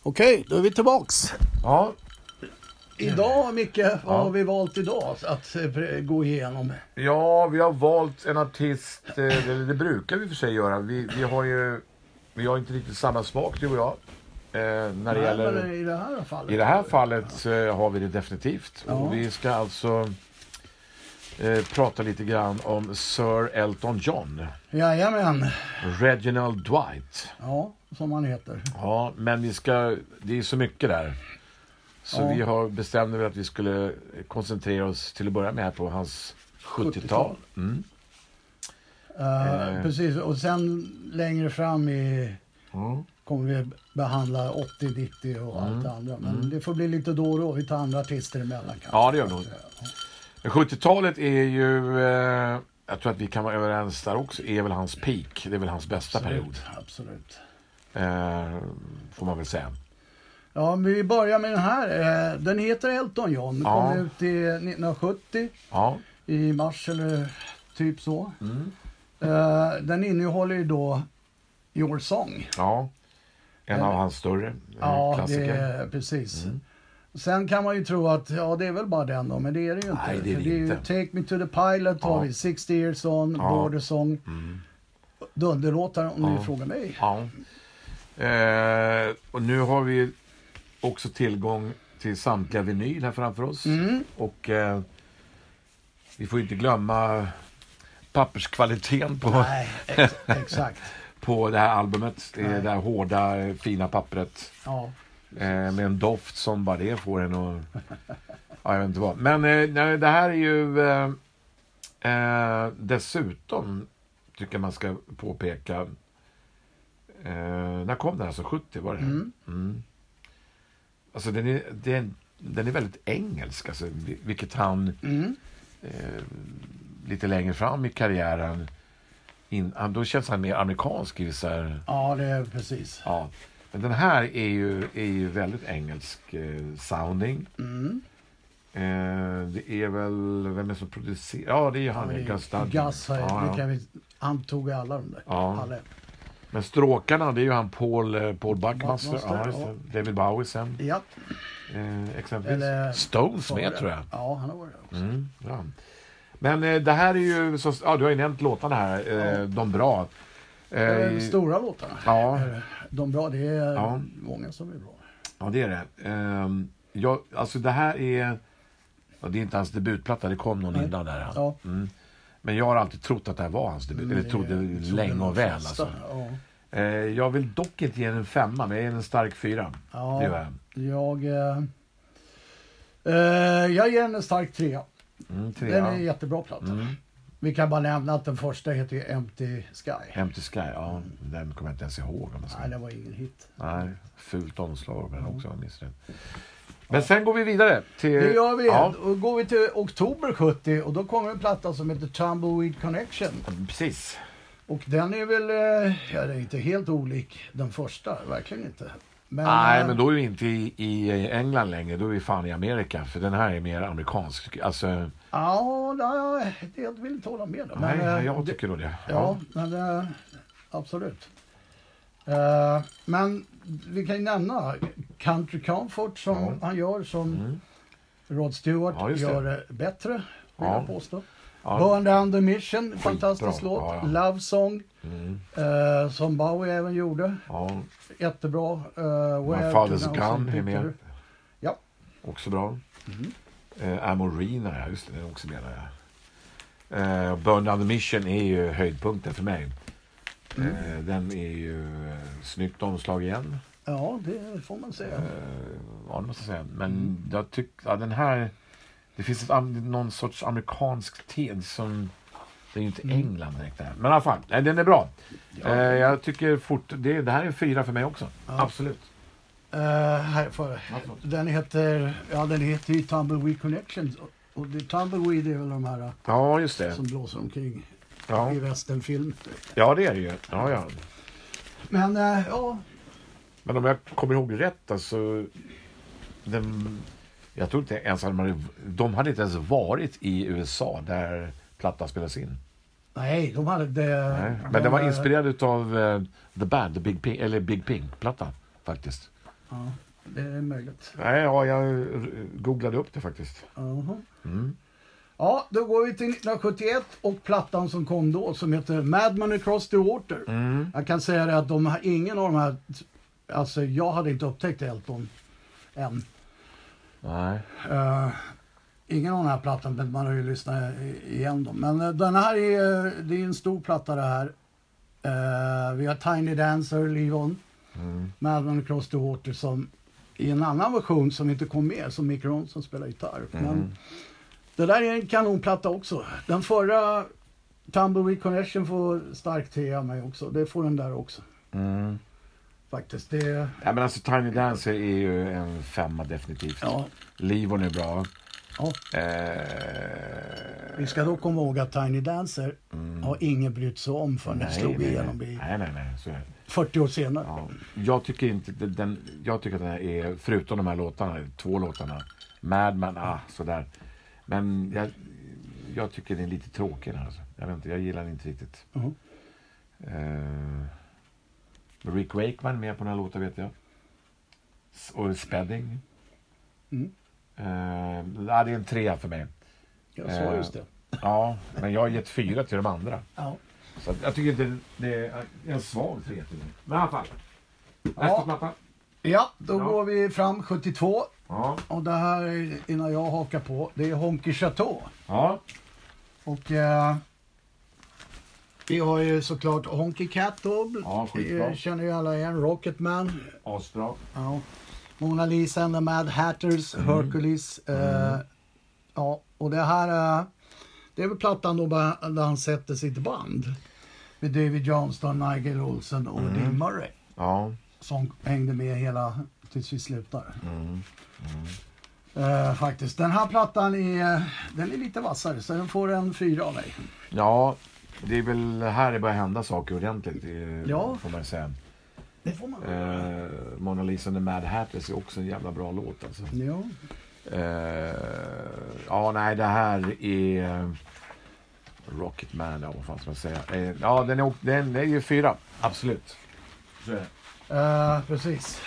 S1: Okej, då är vi tillbaks.
S2: ja,
S1: Idag Micke, vad har vi valt idag att eh, gå igenom?
S2: Ja, vi har valt en artist, eh, eller det brukar vi i och för sig göra. Vi, vi har ju vi har inte riktigt samma smak du och jag. Eh, när det
S1: Nej, men
S2: gäller,
S1: I det här fallet.
S2: I det här fallet eh, har vi det definitivt. Och vi ska alltså eh, prata lite grann om Sir Elton John.
S1: Jajamän.
S2: Reginald Dwight.
S1: Ja, som han heter.
S2: Ja, men vi ska, det är så mycket där. Så
S1: Ja.
S2: vi har bestämt att vi skulle koncentrera oss till att börja med här på hans 70-tal. Mm.
S1: Eh, Precis, och sen längre fram i
S2: Mm.
S1: kommer vi behandla 80, 90 och allt det andra. Men
S2: Mm.
S1: det får bli lite då och då. Vi tar andra artister emellan kanske.
S2: Ja, det gör vi nog. 70-talet är ju, eh, jag tror att vi kan vara överens där också, är väl hans peak. Det är väl hans bästa period.
S1: Absolut.
S2: Eh, får man väl säga.
S1: Ja, men vi börjar med den här. Eh, Den heter Elton John. Den
S2: Ja.
S1: kom ut i 1970
S2: Ja,
S1: i mars eller typ så.
S2: Mm.
S1: Eh, Den innehåller ju då Your Song.
S2: ja. En av hans större eh,
S1: Ja, det
S2: klassiker. Mm.
S1: är precis. Sen kan man ju tro att ja, det är väl bara den då, men det är det ju inte.
S2: Nej, det är
S1: För
S2: det
S1: ju
S2: inte.
S1: Take Me To The Pilot har
S2: Ja.
S1: vi, 60 Years On,
S2: Ja. Mm.
S1: Border Song. Dunderlåtar om ni frågar mig.
S2: Ja. Eh, och nu har vi också tillgång till samtliga vinyl här framför oss.
S1: Mm.
S2: Och eh, vi får inte glömma papperskvaliteten på,
S1: Nej, ex exakt.
S2: på det här albumet. Det, är det här hårda, eh, fina pappret.
S1: Ja.
S2: Eh, med en doft som bara det får en att... Ja, jag vet inte vad. Men eh, nej, det här är ju... Eh, eh, dessutom tycker jag man ska påpeka... Eh, när kom den? Alltså 70 var det? Mm. Alltså den är, den, den är väldigt engelsk, alltså, vi- vilket han
S1: Mm.
S2: eh, lite längre fram i karriären... In, han, då känns han mer amerikansk i vissa
S1: ja, det är precis.
S2: Ja. Men den här är ju, är ju väldigt engelsk eh, sounding.
S1: Mm.
S2: Eh, det är väl, vem är det som producerar? Ja, det är ju han,
S1: Det är
S2: Gus Dudley.
S1: Gas har
S2: ja,
S1: det kan
S2: ja.
S1: vi, han tog alla de där.
S2: Ja.
S1: Alla.
S2: Men stråkarna, det är ju han Paul, eh, Paul Buckmaster.
S1: Buckmaster,
S2: ja, just det. David Bowie sen,
S1: Ja,
S2: eh, exempelvis.
S1: Eller-
S2: Stones
S1: var
S2: med,
S1: det.
S2: tror jag.
S1: Ja, han har varit där också.
S2: Mm, ja. Men eh, det här är ju, så, ja, du har ju nämnt låtarna här, eh, de
S1: Det
S2: bra.
S1: är Eh,
S2: Eh,
S1: de stora låtarna.
S2: ja.
S1: De bra, det är
S2: Ja.
S1: många som är bra.
S2: Ja, det är det. Ehm, jag, alltså det här är... Ja, det är inte hans debutplatta, det kom någon innan där.
S1: Ja.
S2: Mm. Men jag har alltid trott att det här var hans debut, eller trodde
S1: Jag tror det är
S2: länge
S1: de
S2: och väl.
S1: flesta.
S2: Alltså.
S1: Ja.
S2: Eh, jag vill dock inte ge den en femma, men jag ger den en stark fyra.
S1: Ja.
S2: Det gör jag.
S1: Jag, eh, eh, jag ger den en stark trea.
S2: Mm,
S1: Den är
S2: trea. Mm.
S1: en jättebra platta. Vi kan bara nämna att den första heter ju Empty Sky.
S2: Empty Sky, ja, den kommer jag inte ens ihåg. Om man ska.
S1: Nej, Mm. det var ingen hit.
S2: Nej, fult omslag på den också, om jag minns rätt. Men sen går vi vidare till...
S1: Det gör vi.
S2: Eh, Ja,
S1: Då går vi till oktober 70 och då kommer en platta som heter Tumbleweed Connection.
S2: precis.
S1: Och den är väl, eh, ja, den är inte helt olik den första, verkligen inte. Men,
S2: Nej,
S1: eh,
S2: men då är vi inte i, i England längre. Då är vi fan i Amerika. För den här är mer amerikansk. Alltså,
S1: Ja, nej, det vill inte hålla med om.
S2: nej,
S1: Men, eh,
S2: jag
S1: det-
S2: tycker nog det.
S1: Ja, men eh, absolut. Eh, men vi kan ju nämna Country Comfort som
S2: Ja. Mm.
S1: han gör som Rod Stewart
S2: Ja, just det.
S1: gör det bättre, vill
S2: Ja.
S1: jag påstå.
S2: Ja.
S1: Burn Down the Mission, fantastisk låt.
S2: Ja, ja.
S1: Love Song, eh, som Bowie även gjorde.
S2: Mm, ja.
S1: Jättebra. Uh,
S2: My
S1: Where
S2: Father's
S1: to Now Some
S2: Gun är
S1: Picture.
S2: med.
S1: Ja, Mm.
S2: Också bra. Eh, Amorina, ja just det. Den är också med där. ja. Eh, Burn Down the Mission är ju
S1: Mm.
S2: höjdpunkten för mig. Eh, den är ju eh, snyggt omslag igen.
S1: Ja, det får man säga.
S2: Eh, ja, det måste jag säga. Men jag tycker, ja, den här... Det finns ett, am- någon sorts amerikansk te som... Det är ju inte England direkt det här. Men i alla fall, nej, den är bra. Eh, jag tycker fort... Det, det här är en fyra för mig också. Absolut.
S1: Eh, här för,
S2: Ja, förlåt.
S1: den heter, ja den heter ju Tumbleweed Connections. Och- Och det, Tumbleweed är väl de här
S2: Ja, just
S1: eh,
S2: det.
S1: som blåser omkring
S2: Ja,
S1: i västernfilm.
S2: ja det är det ju. Ja, ja.
S1: Men eh, ja,
S2: Men om jag kommer ihåg rätt, alltså... Den, jag tror inte ens att de hade, de hade inte ens varit i USA där plattan spelades in.
S1: nej, de hade det.
S2: Nej.
S1: de,
S2: Men den var
S1: eh,
S2: inspirerad av eh, The Band, The Big Pink, eller Big Pink-plattan faktiskt.
S1: Ja, det är möjligt.
S2: Nej, ja, jag eh, googlade upp det faktiskt.
S1: Jaha.
S2: Mm.
S1: Ja, då går vi till 1971 och plattan som kom då som heter Madman Across the Water.
S2: Mm.
S1: Jag kan säga det att de, har- ingen av de här, alltså jag hade inte upptäckt Elton än.
S2: Nej.
S1: Eh, ingen av den här plattan, men man har ju lyssnat i- igen dem. Men eh, den här är, eh, det är en stor platta det här. Eh, vi har Tiny Dancer, Leave On, Madman Across the Water som i en annan version som inte kom med, som Mick Ronson spelar gitarr. Men det där är en kanonplatta också. Den förra Tumbleweed Connection får starkt te av mig också. Det får den där också
S2: Mm.
S1: faktiskt. Det,
S2: Ja, men alltså Tiny Dancer är ju en femma definitivt.
S1: ja,
S2: Livon är bra.
S1: ja.
S2: Eh,
S1: Vi ska då komma ihåg att Tiny Dancer har ingen brytt sig om förrän den slog igenom
S2: Mm. nej.
S1: i
S2: nej, nej, nej. Så är det.
S1: 40 år senare.
S2: Ja. Jag tycker inte den- den, jag tycker att den här är, förutom de här låtarna, två låtarna, Madman, ah, sådär. Men jag, jag tycker den är lite tråkig den här. Alltså. Jag vet inte, jag gillar den inte riktigt.
S1: Mhm.
S2: Eh, Rick Wakeman är med på några låtar vet jag. S- Och Spedding.
S1: Mm.
S2: Eh, ja, det är en trea för mig.
S1: Jag sa
S2: Eh.
S1: just det.
S2: Ja, men jag har gett fyra till de andra.
S1: Ja.
S2: Så att jag tycker inte det är en svag trea till mig. Men i alla fall. Nästa
S1: Ja.
S2: platta.
S1: ja, då
S2: Ja.
S1: går vi fram 72
S2: Ja.
S1: och det här är innan jag hakar på. Det är Honky Chateau.
S2: ja.
S1: Och eh, vi har ju såklart Honky Cat då.
S2: Ja, skitbra.
S1: Eh, känner ju alla igen. Rocketman.
S2: Asbra.
S1: Ja. Mona Lisa and the Mad Hatters, Hercules. Eh, ja, och det här eh, det är väl plattan då ba- där han sätter sitt band. Med David Johnston, Nigel Olsen och Dean Murray.
S2: Ja.
S1: Som hängde med hela tills vi slutade. Eh, faktiskt. Den här plattan är, den är lite vassare så den får en fyra av mig.
S2: ja, det är väl här det börjar hända saker ordentligt. eh,
S1: Ja.
S2: Får man säga.
S1: Det får man väl.
S2: Eh, Mona Lisa and the Mad Hatters är också en jävla bra låt. Alltså.
S1: Ja.
S2: Eh, ja, nej, det här är... Rocketman, ja, vad fan ska man säga? Eh, ja, den är, den är ju fyra. Absolut. Så är det.
S1: Eh, precis.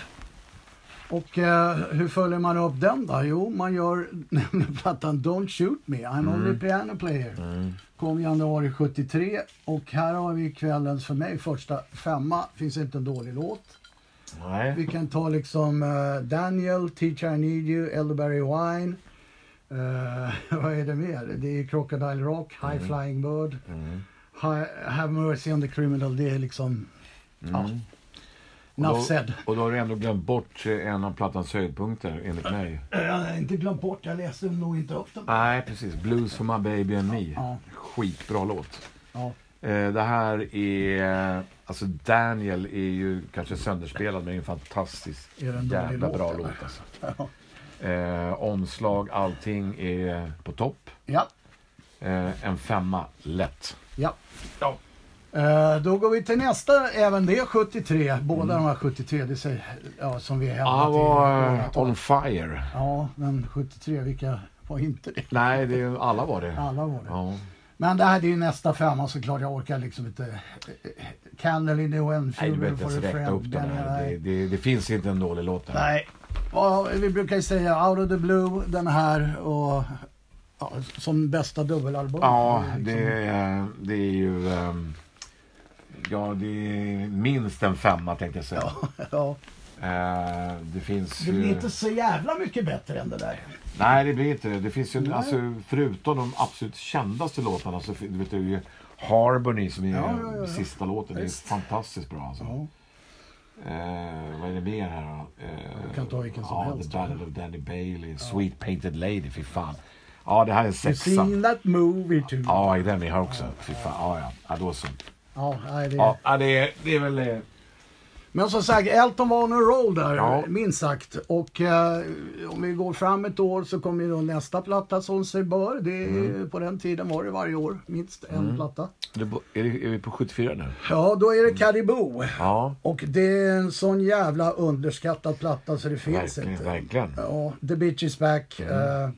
S1: Och eh, hur följer man upp den då? Jo, man gör nämligen plattan Don't Shoot Me, I'm
S2: Mm.
S1: Only Piano Player. Kom januari 73 och här har vi kvällens, för mig, första femma. Finns inte en dålig låt. Vi
S2: Nej.
S1: kan ta liksom eh, Daniel, Teacher I Need You, Elderberry Wine. Eh, vad är det mer? Det är Crocodile Rock, High Flying Bird,
S2: Mm.
S1: Hi- Have Mercy on the Criminal. Det är liksom... Ja.
S2: Mm. Och då-
S1: Enough said.
S2: Och då har du ändå glömt bort eh, en av plattans höjdpunkter, enligt mig.
S1: Jag har inte glömt bort, jag läste nog inte upp dem.
S2: Nej, precis. Blues for my baby and me.
S1: Ja.
S2: Skitbra låt.
S1: Ja,
S2: Eh, Det här är... Alltså Daniel är ju kanske sönderspelad men är en fantastisk
S1: Är det en dålig
S2: jävla
S1: låt,
S2: bra
S1: eller?
S2: låt. Alltså. Eh, omslag, allting är på topp.
S1: ja.
S2: Eh, en femma, lätt.
S1: ja.
S2: Ja.
S1: Eh, då går vi till nästa, även det är 73. Båda
S2: Mm.
S1: de här 73, det säger, ja, som vi hävdat
S2: Han
S1: i
S2: var
S1: åratal.
S2: eh, on fire.
S1: Ja, men 73, vilka var inte det?
S2: Nej, det är, alla var det.
S1: Alla var det.
S2: Ja.
S1: Men det här det är ju nästa femma såklart, jag orkar liksom inte. Candle in the wind,
S2: Nej, du behöver inte
S1: for
S2: ens
S1: a
S2: räkna
S1: friend,
S2: upp den
S1: den
S2: här.
S1: är-
S2: Det, det, det finns inte en dålig låt här.
S1: Nej. Ja, vi brukar ju säga Out of the Blue, den här och ja, som bästa dubbelalbum.
S2: Ja,
S1: är liksom-
S2: det, är- det är ju... ehm, Ja, det är minst en femma tänkte jag säga.
S1: ja.
S2: Eh, Det finns
S1: Det blir
S2: ju...
S1: inte så jävla mycket bättre än det där.
S2: Nej, det blir inte det. Det finns ju, alltså, förutom de absolut kändaste låtarna så fin- du vet du ju Harmony som är
S1: Ja, ja, ja, ja.
S2: sista låten. Det är
S1: Visst.
S2: fantastiskt bra alltså. Eh, vad är det mer här då? Eh,
S1: Du kan ta vilken som
S2: ja,
S1: helst.
S2: The Battle of Danny Bailey, Sweet Painted Lady, fy fan. Ja, det här är en
S1: You've
S2: sexa.
S1: seen that movie too.
S2: Ja, den vi har också. Fy fan, ja, ja. ja då så.
S1: Ja, nej, det...
S2: Ja, ja, det är, det är väl... eh,
S1: Men som sagt, Elton var on a roll där,
S2: Ja.
S1: minst sagt. Och eh, om vi går fram ett år så kommer ju då nästa platta som sig bör. Det är,
S2: Mm.
S1: ju- På den tiden var det varje år minst en platta.
S2: det bo- Är, det, är vi på 74 nu?
S1: Ja, då är det Caribou.
S2: Ja,
S1: Och det är en sån jävla underskattad platta så det finns
S2: verkligen.
S1: inte.
S2: verkligen. Ja,
S1: Ja, The Bitch Is Back eh,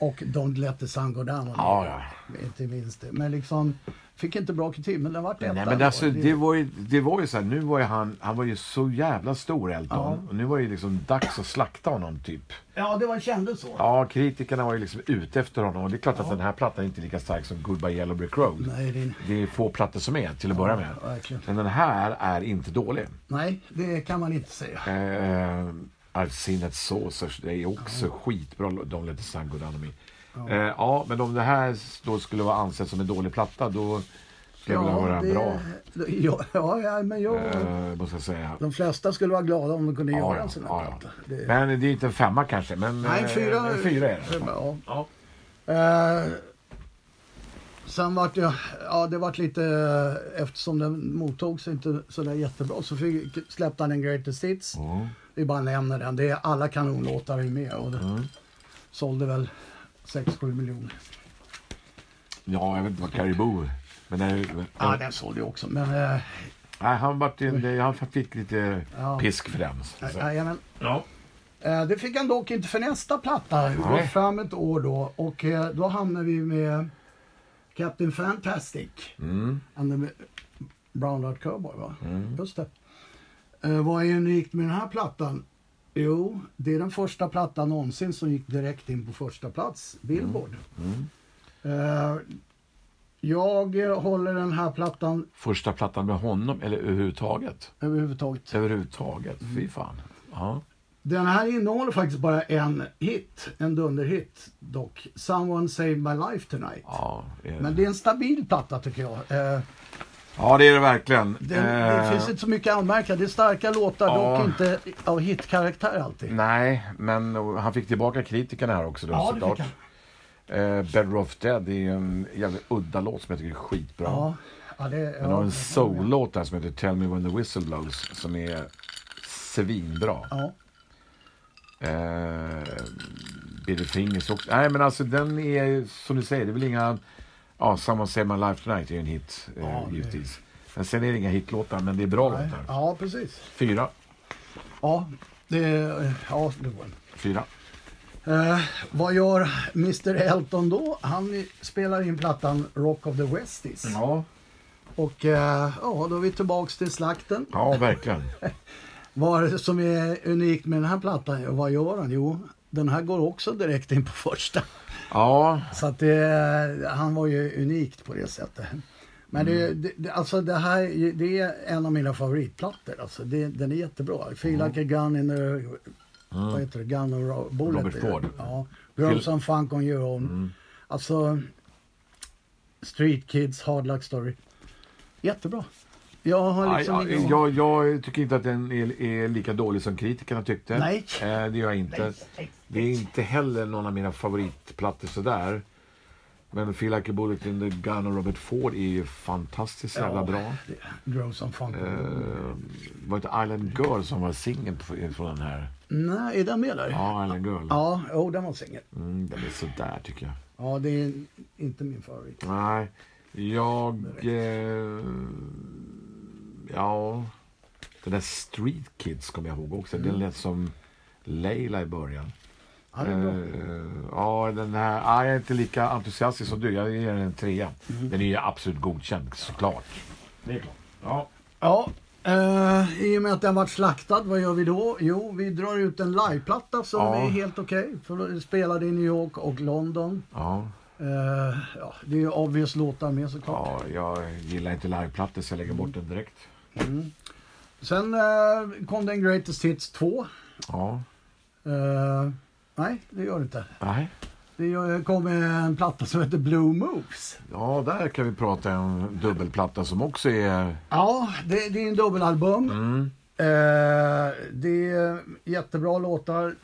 S1: och Don't Let The Sun Go Down.
S2: ja.
S1: Inte minst det. Men liksom, fick inte bra kritik men den vart etta.
S2: Nej, men alltså, det, var ju, det var ju så här, nu var ju han, han var ju så jävla stor Elton. Och nu var det ju liksom dags att slakta honom typ.
S1: Ja, det var, kändes så.
S2: Ja, kritikerna var ju liksom ute efter honom. Och det är klart att den här plattan är inte lika stark som Goodbye Yellow Brick Road.
S1: Nej, det är...
S2: Det är få plattor som är, till att börja med.
S1: verkligen.
S2: Men den här är inte dålig.
S1: Nej, det kan man inte säga.
S2: Eh, eh, I've seen that saucer, det är också skitbra. Don't let the sun go down on me. Ja, eh, ja men om det här då skulle vara ansett som en dålig platta, då skulle jag vilja höra en bra.
S1: Ja, ja, ja, men jag...
S2: Eh, måste jag säga.
S1: De flesta skulle vara glada om de kunde
S2: Ja,
S1: göra
S2: ja,
S1: en sån här
S2: ja, ja.
S1: platta. Det-
S2: Men det är inte en femma kanske. Men,
S1: Nej,
S2: eh,
S1: fyra,
S2: en fyra är det.
S1: Ja.
S2: Ja.
S1: Eh, sen vart det, ja det vart lite, eh, eftersom den mottogs inte sådär jättebra så fick, släppte han en Greatest Hits.
S2: Mm.
S1: Vi bara nämner den, det är alla kanonlåtar är med och det sålde väl 6-7 miljoner.
S2: ja, jag vet inte vad Caribou... Men det,
S1: Ja, den sålde ju också men, eh,
S2: nej, han, vart ju en, han fick lite
S1: Ja.
S2: pisk för den. så att säga.
S1: nej, men
S2: Alltså. Ja.
S1: Eh, Det fick han dock inte för nästa platta. Vi går
S2: Nej.
S1: fram ett år då och eh, då hamnar vi med Captain Fantastic.
S2: Mm.
S1: And the Brown Dart Cowboy va? Just det. Eh, Vad är unikt med den här plattan? Jo, det är den första plattan någonsin som gick direkt in på första plats, Billboard.
S2: Mm.
S1: Eh, Jag eh, håller den här plattan
S2: Första plattan med honom, eller överhuvudtaget.
S1: överhuvudtaget.
S2: Överhuvudtaget,
S1: Mm.
S2: fy fan. Ja.
S1: Den här innehåller faktiskt bara en hit, en dunderhit dock. Someone Saved My Life Tonight.
S2: Ja, det är...
S1: Men det är en stabil platta tycker jag. Eh,
S2: ja, det är det verkligen.
S1: den, Det
S2: Eh,
S1: finns inte så mycket att anmärka. Det är starka låtar,
S2: Ja. Mm.
S1: dock inte av hitkaraktär alltid.
S2: Nej, men och han fick tillbaka kritikerna här också. Då,
S1: Ja, det fick
S2: såklart. Eh, Better Off Dead är en jävligt udda låt som jag tycker är skitbra.
S1: Ja, ja, det,
S2: Han har
S1: ja,
S2: en soul-låt där som heter Tell Me When The Whistle Blows som är svinbra.
S1: Ja.
S2: Eh, Billy Fingers också. Nej men alltså den är, som du säger, det är väl inga... Ja, Someone Save My Life Tonight är ju en hit, eh,
S1: Ja, det-
S2: givetvis. Men sen är det inga hitlåtar, men det är bra låtar.
S1: ja, precis.
S2: Fyra.
S1: Ja, det, ja, det var den.
S2: Fyra.
S1: Eh, vad gör Mr Elton då? Han spelar in plattan Rock of the Westies.
S2: Ja.
S1: Och eh, ja, då är vi tillbaks till slakten.
S2: Ja, verkligen.
S1: Vad är det som är unikt med den här plattan? Och vad gör han? Jo, den här går också direkt in på första.
S2: Ja,
S1: Så att det, han var ju unikt på det sättet. Men det,
S2: Mm.
S1: det- det, alltså det här är ju- det är en av mina favoritplattor. Alltså det, den är jättebra. Feel
S2: Mm.
S1: like a gun in the... Vad heter det? Gun or Ro- bullet.
S2: Robert Ford.
S1: Ja. Girls
S2: Feel- Mm.
S1: on funk on your own. Alltså... Street Kids, Hard Luck Story. Jättebra. Jag har
S2: Ja,
S1: liksom...
S2: ja,
S1: ingen-
S2: jag, jag tycker inte att den är, är lika dålig som kritikerna tyckte.
S1: Nej.
S2: Eh, det gör jag inte. Det är inte heller någon av mina favoritplattor sådär. Men Feel Like a Bullet in the Gun och Robert Ford är ju fantastiskt jävla bra.
S1: Girls on funk on your own.
S2: Eh, var det inte Island Girl som var singeln på- från den här?
S1: Nej, är den med där?
S2: Ja, Island Girl.
S1: Ja, jo, den var singel.
S2: Mm, den är sådär tycker jag.
S1: Ja, det är inte min favorit.
S2: Nej, jag... Eh, ja... Den där Street Kids kommer jag ihåg också. Den lät som Leila i början.
S1: Ja, det är bra.
S2: Eh, ja, den här... Ja, jag är inte lika entusiastisk som du. Jag ger den en trea. Den är ju absolut godkänd, såklart. Mm. Det är klart. Ja.
S1: Ja, eh, i och med att den vart slaktad, vad gör vi då? Jo, vi drar ut en liveplatta som
S2: Ja.
S1: är helt okej. för den spelade i New York och London.
S2: Ja,
S1: Eh, ja, det är ju obvious låtar med såklart.
S2: ja, jag gillar inte liveplattor så jag lägger bort den direkt.
S1: Sen eh, kom den Greatest Hits 2.
S2: Ja.
S1: Eh, nej, det gör det inte.
S2: Nej.
S1: Det gör- kom en platta som heter Blue Moves.
S2: Ja, där kan vi prata om dubbelplatta som också är... Mm.
S1: Ja, det, det är en dubbelalbum. Eh, det är jättebra låtar.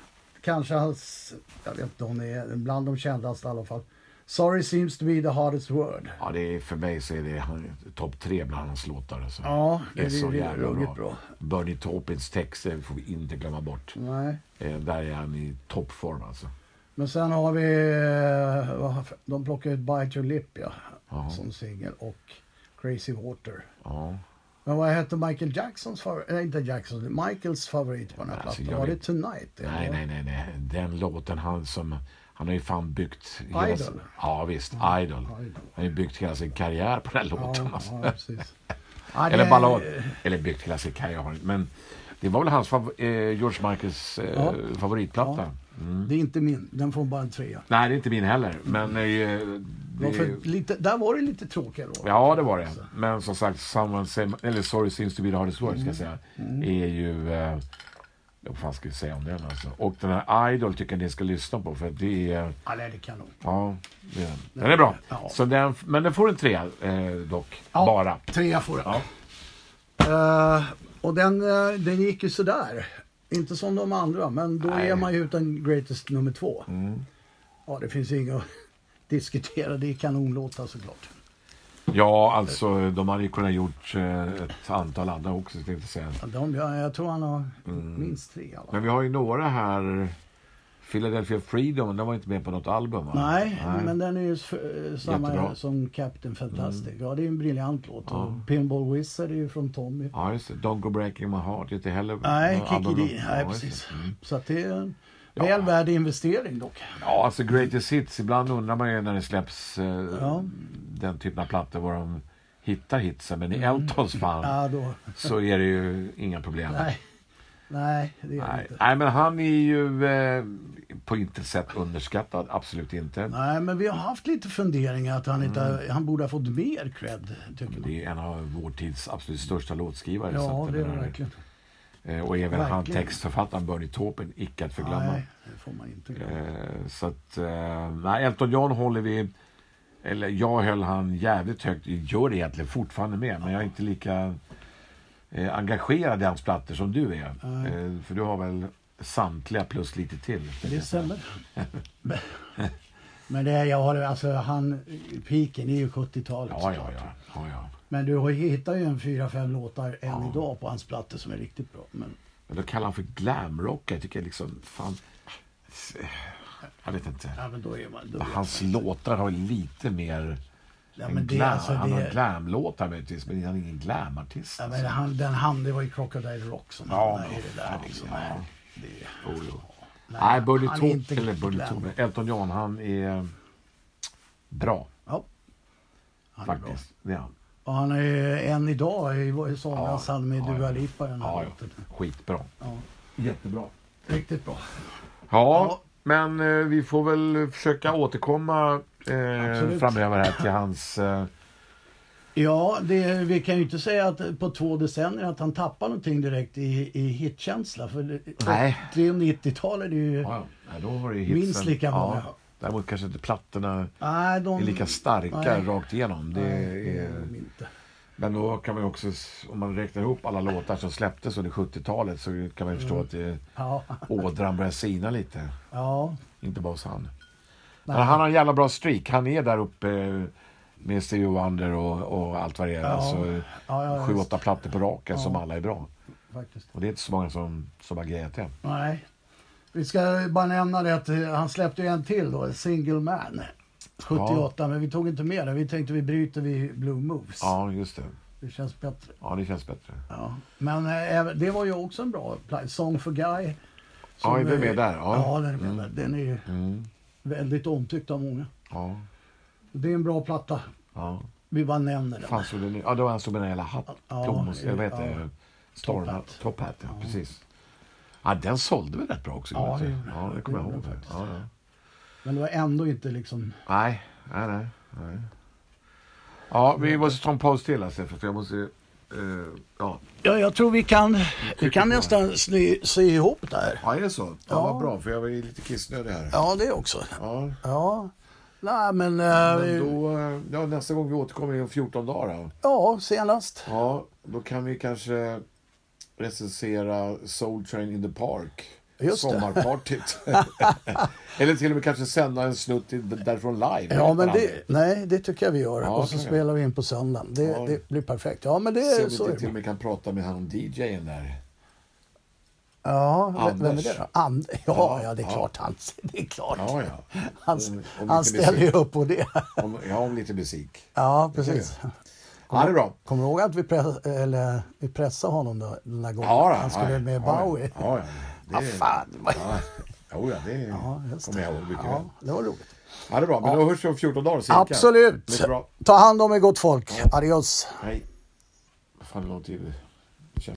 S1: Kanske hans, jag vet inte om det är bland de kändaste i alla fall. Sorry seems to be the hardest word.
S2: Ja, det är, för mig så är det han- topp tre bland hans låtar. Alltså.
S1: Ja, det
S2: Det är
S1: är,
S2: så
S1: det är
S2: jävla
S1: ruggigt
S2: bra.
S1: bra.
S2: Bernie Taupins texter får vi inte glömma bort.
S1: Nej.
S2: Eh, där är han i toppform alltså.
S1: Men sen har vi, eh, vad har f- de plockar ut Bite Your Lip ja,
S2: Ja.
S1: som singel och Crazy Water.
S2: Ja.
S1: Men vad hette Michael Jacksons favorit, nej inte Jackson, Michaels favorit på den här
S2: Alltså,
S1: plattan?
S2: jag
S1: Var det
S2: vet-
S1: Tonight? eller?
S2: Nej, nej, nej, nej. Den låten han som... Han har ju fan byggt... Hela,
S1: Idol.
S2: ja, visst. Idol. Han
S1: Idol.
S2: har ju byggt hela sin karriär på den här låten.
S1: Ja,
S2: alltså.
S1: ja, precis. Ja, det-
S2: Eller ballad. Eller byggt hela sin karriär. har han inte. Men det var väl hans fav- eh, George Michaels eh,
S1: Ja.
S2: favoritplatta. Mm.
S1: Det är inte min, den får bara en trea.
S2: Nej, det är inte min heller. Men... Eh,
S1: Det... var
S2: det,
S1: För lite, där var det lite tråkiga låtar.
S2: Ja, det var det. Men som sagt, someone say, eller Sorry seems to be the hardest word, ska jag säga, är ju... Eh, vad fan ska vi säga om den alltså? Och den här Idol tycker jag ni ska lyssna på för det är...
S1: Ja, nej, det är kanon.
S2: Ja, det är den. den är bra.
S1: Ja.
S2: Så den, men den får en trea eh, dock,
S1: Ja,
S2: bara.
S1: Trea får den.
S2: Ja.
S1: Eh, och den, eh, den gick ju sådär. Inte som de andra, men då
S2: Nej. Mm.
S1: är man ju utan Greatest nummer två. Ja, det finns inget att diskutera. Det är kanonlåtar såklart.
S2: Ja, alltså de hade ju kunnat gjort eh, ett antal andra också, ska jag inte säga.
S1: Ja, De, jag, jag tror han har
S2: Mm.
S1: minst tre i alla fall.
S2: Men vi har ju några här. Philadelphia Freedom, den var inte med på något album va?
S1: Nej, men den är ju s- eh, samma
S2: Jättebra. Mm.
S1: som Captain Fantastic. Ja, det är ju en briljant låt. Och Pinball Wizard är ju från Tommy.
S2: Ja, just det. Don't Go Breaking My Heart, inte heller.
S1: Nej,
S2: något
S1: Kikki
S2: album.
S1: D. Nej,
S2: Ja, just det. Mm.
S1: precis. Så att det är en väl värd investering dock.
S2: Ja, alltså greatest hits. Ibland undrar man ju när det släpps eh,
S1: Ja.
S2: den typen av plattor var de hittar hitsen. Men i Eltons fall
S1: Mm. Ja, då.
S2: så är det ju inga problem.
S1: Nej. Nej, det är det
S2: Nej.
S1: inte.
S2: Nej, men han är ju eh, på intet sätt underskattad. Absolut inte.
S1: Nej, men vi har haft lite funderingar att han, inte, han borde ha fått mer cred, tycker man.
S2: Mm. Det är en av vår tids absolut största låtskrivare. så
S1: Ja,
S2: att jag
S1: det är det
S2: menar,
S1: verkligen.
S2: eh, Och även han
S1: Verkligen.
S2: textförfattaren Bernie Taupin, icke att förglömma.
S1: Nej, det får man inte glömma.
S2: Eh, så att, eh, nej, Elton John håller vi, eller jag höll han jävligt högt, gör det egentligen fortfarande med, men jag är inte lika eh, engagerad i hans plattor som du är. Eh, för du har väl samtliga plus lite till.
S1: Det stämmer. Men- Men det är, jag har, alltså han, piken är ju 70-talet
S2: Ja, ja,
S1: såklart.
S2: ja. ja, ja.
S1: Men du har- hittar ju en fyra, fem låtar än idag på hans plattor som är riktigt bra. Men
S2: Men då kallar han för glamrockare, tycker jag liksom, fan. Jag vet inte.
S1: Ja, men då är man... Då
S2: Hans låtar har lite mer
S1: ja,
S2: en
S1: men det,
S2: glam,
S1: alltså,
S2: han har
S1: det,
S2: glamlåtar möjligtvis, men han är ingen glamartist.
S1: ja,
S2: alltså.
S1: men han, den han, det var ju Crocodile Rock som
S2: Ja,
S1: hamnade
S2: men
S1: i det där.
S2: fan,
S1: Också.
S2: ja.
S1: Nej, det,
S2: Jo, jo.
S1: nej,
S2: Nej, Bernie
S1: han är
S2: Taupin,
S1: inte
S2: eller Bernie
S1: glam.
S2: Taupin, Elton John, han är eh, bra
S1: Ja. Han är bra.
S2: faktiskt. Det är han.
S1: Och han är ju än idag, i i somras,
S2: Ja,
S1: han med
S2: ja,
S1: Dua
S2: ja.
S1: Lipa den här
S2: Ja, ja.
S1: låten.
S2: Skitbra.
S1: Ja,
S2: Jättebra.
S1: riktigt bra.
S2: Ja, men eh, vi får väl försöka återkomma eh,
S1: Absolut.
S2: framöver här till hans... Eh,
S1: Ja, det, vi kan ju inte säga att på två decennier att han tappar någonting direkt i, i hitkänsla. För det-
S2: Nej.
S1: 90-talet är ju...
S2: ja, ja, då var det ju
S1: Minst
S2: hitsen.
S1: lika många.
S2: Däremot kanske inte plattorna
S1: Nej, de...
S2: är lika starka
S1: Nej.
S2: rakt igenom. Det
S1: Nej,
S2: är,
S1: de inte.
S2: men då kan man ju också, s- om man räknar ihop alla låtar som släpptes under 70-talet så kan man
S1: Mm.
S2: ju förstå att det,
S1: Ja,
S2: ådran börjar sina lite.
S1: ja.
S2: Inte bara hos han. Men han har en jävla bra streak. Han är där uppe eh, med Stevie Wonder och, och allt vad det är.
S1: Ja.
S2: Alltså,
S1: Ja, ja,
S2: sju,
S1: visst.
S2: åtta plattor på raken som alla är bra.
S1: faktiskt.
S2: Och det är inte så många som, som har grejat det.
S1: Nej. Vi ska bara nämna det att eh, han släppte ju en till då, Single Man. 78, men vi tog inte med den. Vi tänkte vi bryter vid Blue Moves.
S2: Ja, just det.
S1: Det känns bättre.
S2: Ja, det känns bättre.
S1: Ja. Men eh, även- det var ju också en bra pla- Song for Guy. som,
S2: Ja, är vi
S1: eh,
S2: med där?
S1: Ja,
S2: Ja.
S1: den är med där. Den är ju
S2: Mm.
S1: väldigt omtyckt av många.
S2: Ja.
S1: Det är en bra platta.
S2: ja.
S1: Vi bara nämner den.
S2: Fan, såg du nu? Ja, det var han som med den jävla hatt.
S1: Ja,
S2: Thomas, eller vad heter
S1: ja.
S2: det? Storm.
S1: Top Hat.
S2: Top Hat, ja. Precis. Ja, den sålde väl rätt bra också?
S1: Ja,
S2: vet
S1: det
S2: du?
S1: gjorde den.
S2: ja det kommer jag
S1: Det
S2: ihåg.
S1: gjorde den faktiskt.
S2: Ja, ja.
S1: Men det var ändå inte liksom...
S2: Nej, nej, nej. nej. Ja, vi måste ta en paus till alltså, för jag måste... eh, ja.
S1: Ja, jag tror vi kan, vi
S2: trycker
S1: kan
S2: på
S1: nästan sy, sy ihop det här.
S2: ja, är det så? Ja,
S1: Ja.
S2: vad bra, för jag var ju lite kissnödig här.
S1: Ja, det också.
S2: Ja,
S1: Ja. Nej, men...
S2: men
S1: eh,
S2: då, eh, ja, nästa gång vi återkommer är om 14 dagar. Då.
S1: Ja, senast.
S2: Ja, då kan vi kanske recensera Soul Train in the Park.
S1: Just det.
S2: sommarpartyt. Eller till och med kanske sända en snutt i- därifrån live.
S1: Ja, men det, nej, det tycker jag vi gör.
S2: Ja,
S1: och så
S2: kan jag.
S1: spelar vi in på söndagen. Det,
S2: Ja.
S1: det blir perfekt. Ja, men det
S2: Se om
S1: är
S2: vi
S1: så.
S2: inte till
S1: är
S2: och
S1: det.
S2: med kan prata med han DJn där.
S1: Ja, vem- vem är
S2: Anders.
S1: det då? And, ja,
S2: Ja,
S1: ja, det är
S2: ja.
S1: klart. Han, det är klart.
S2: Ja, ja.
S1: Han,
S2: Om- om lite
S1: han ställer ju
S2: musik.
S1: upp på det.
S2: Om, ja, om lite musik.
S1: Ja,
S2: Det kan
S1: precis.
S2: vi göra. Ja, det är bra.
S1: Kommer du ihåg att vi, press, eller, vi pressade honom då, den där gången?
S2: Ja, då,
S1: han skulle
S2: ja,
S1: med
S2: ja,
S1: Bowie. Ja,
S2: Ja, ja.
S1: Vad fan. det var-
S2: Ja, jo, ja, det
S1: Ja, just
S2: kommer
S1: det.
S2: jag ihåg mycket
S1: Ja,
S2: väl.
S1: det var roligt.
S2: Ja, det är bra. Men då hörs vi om 14 dagar cirka.
S1: Absolut.
S2: Det är bra.
S1: Ta hand om er gott folk. Adios.
S2: Hej. Vad fan, hur lång tid?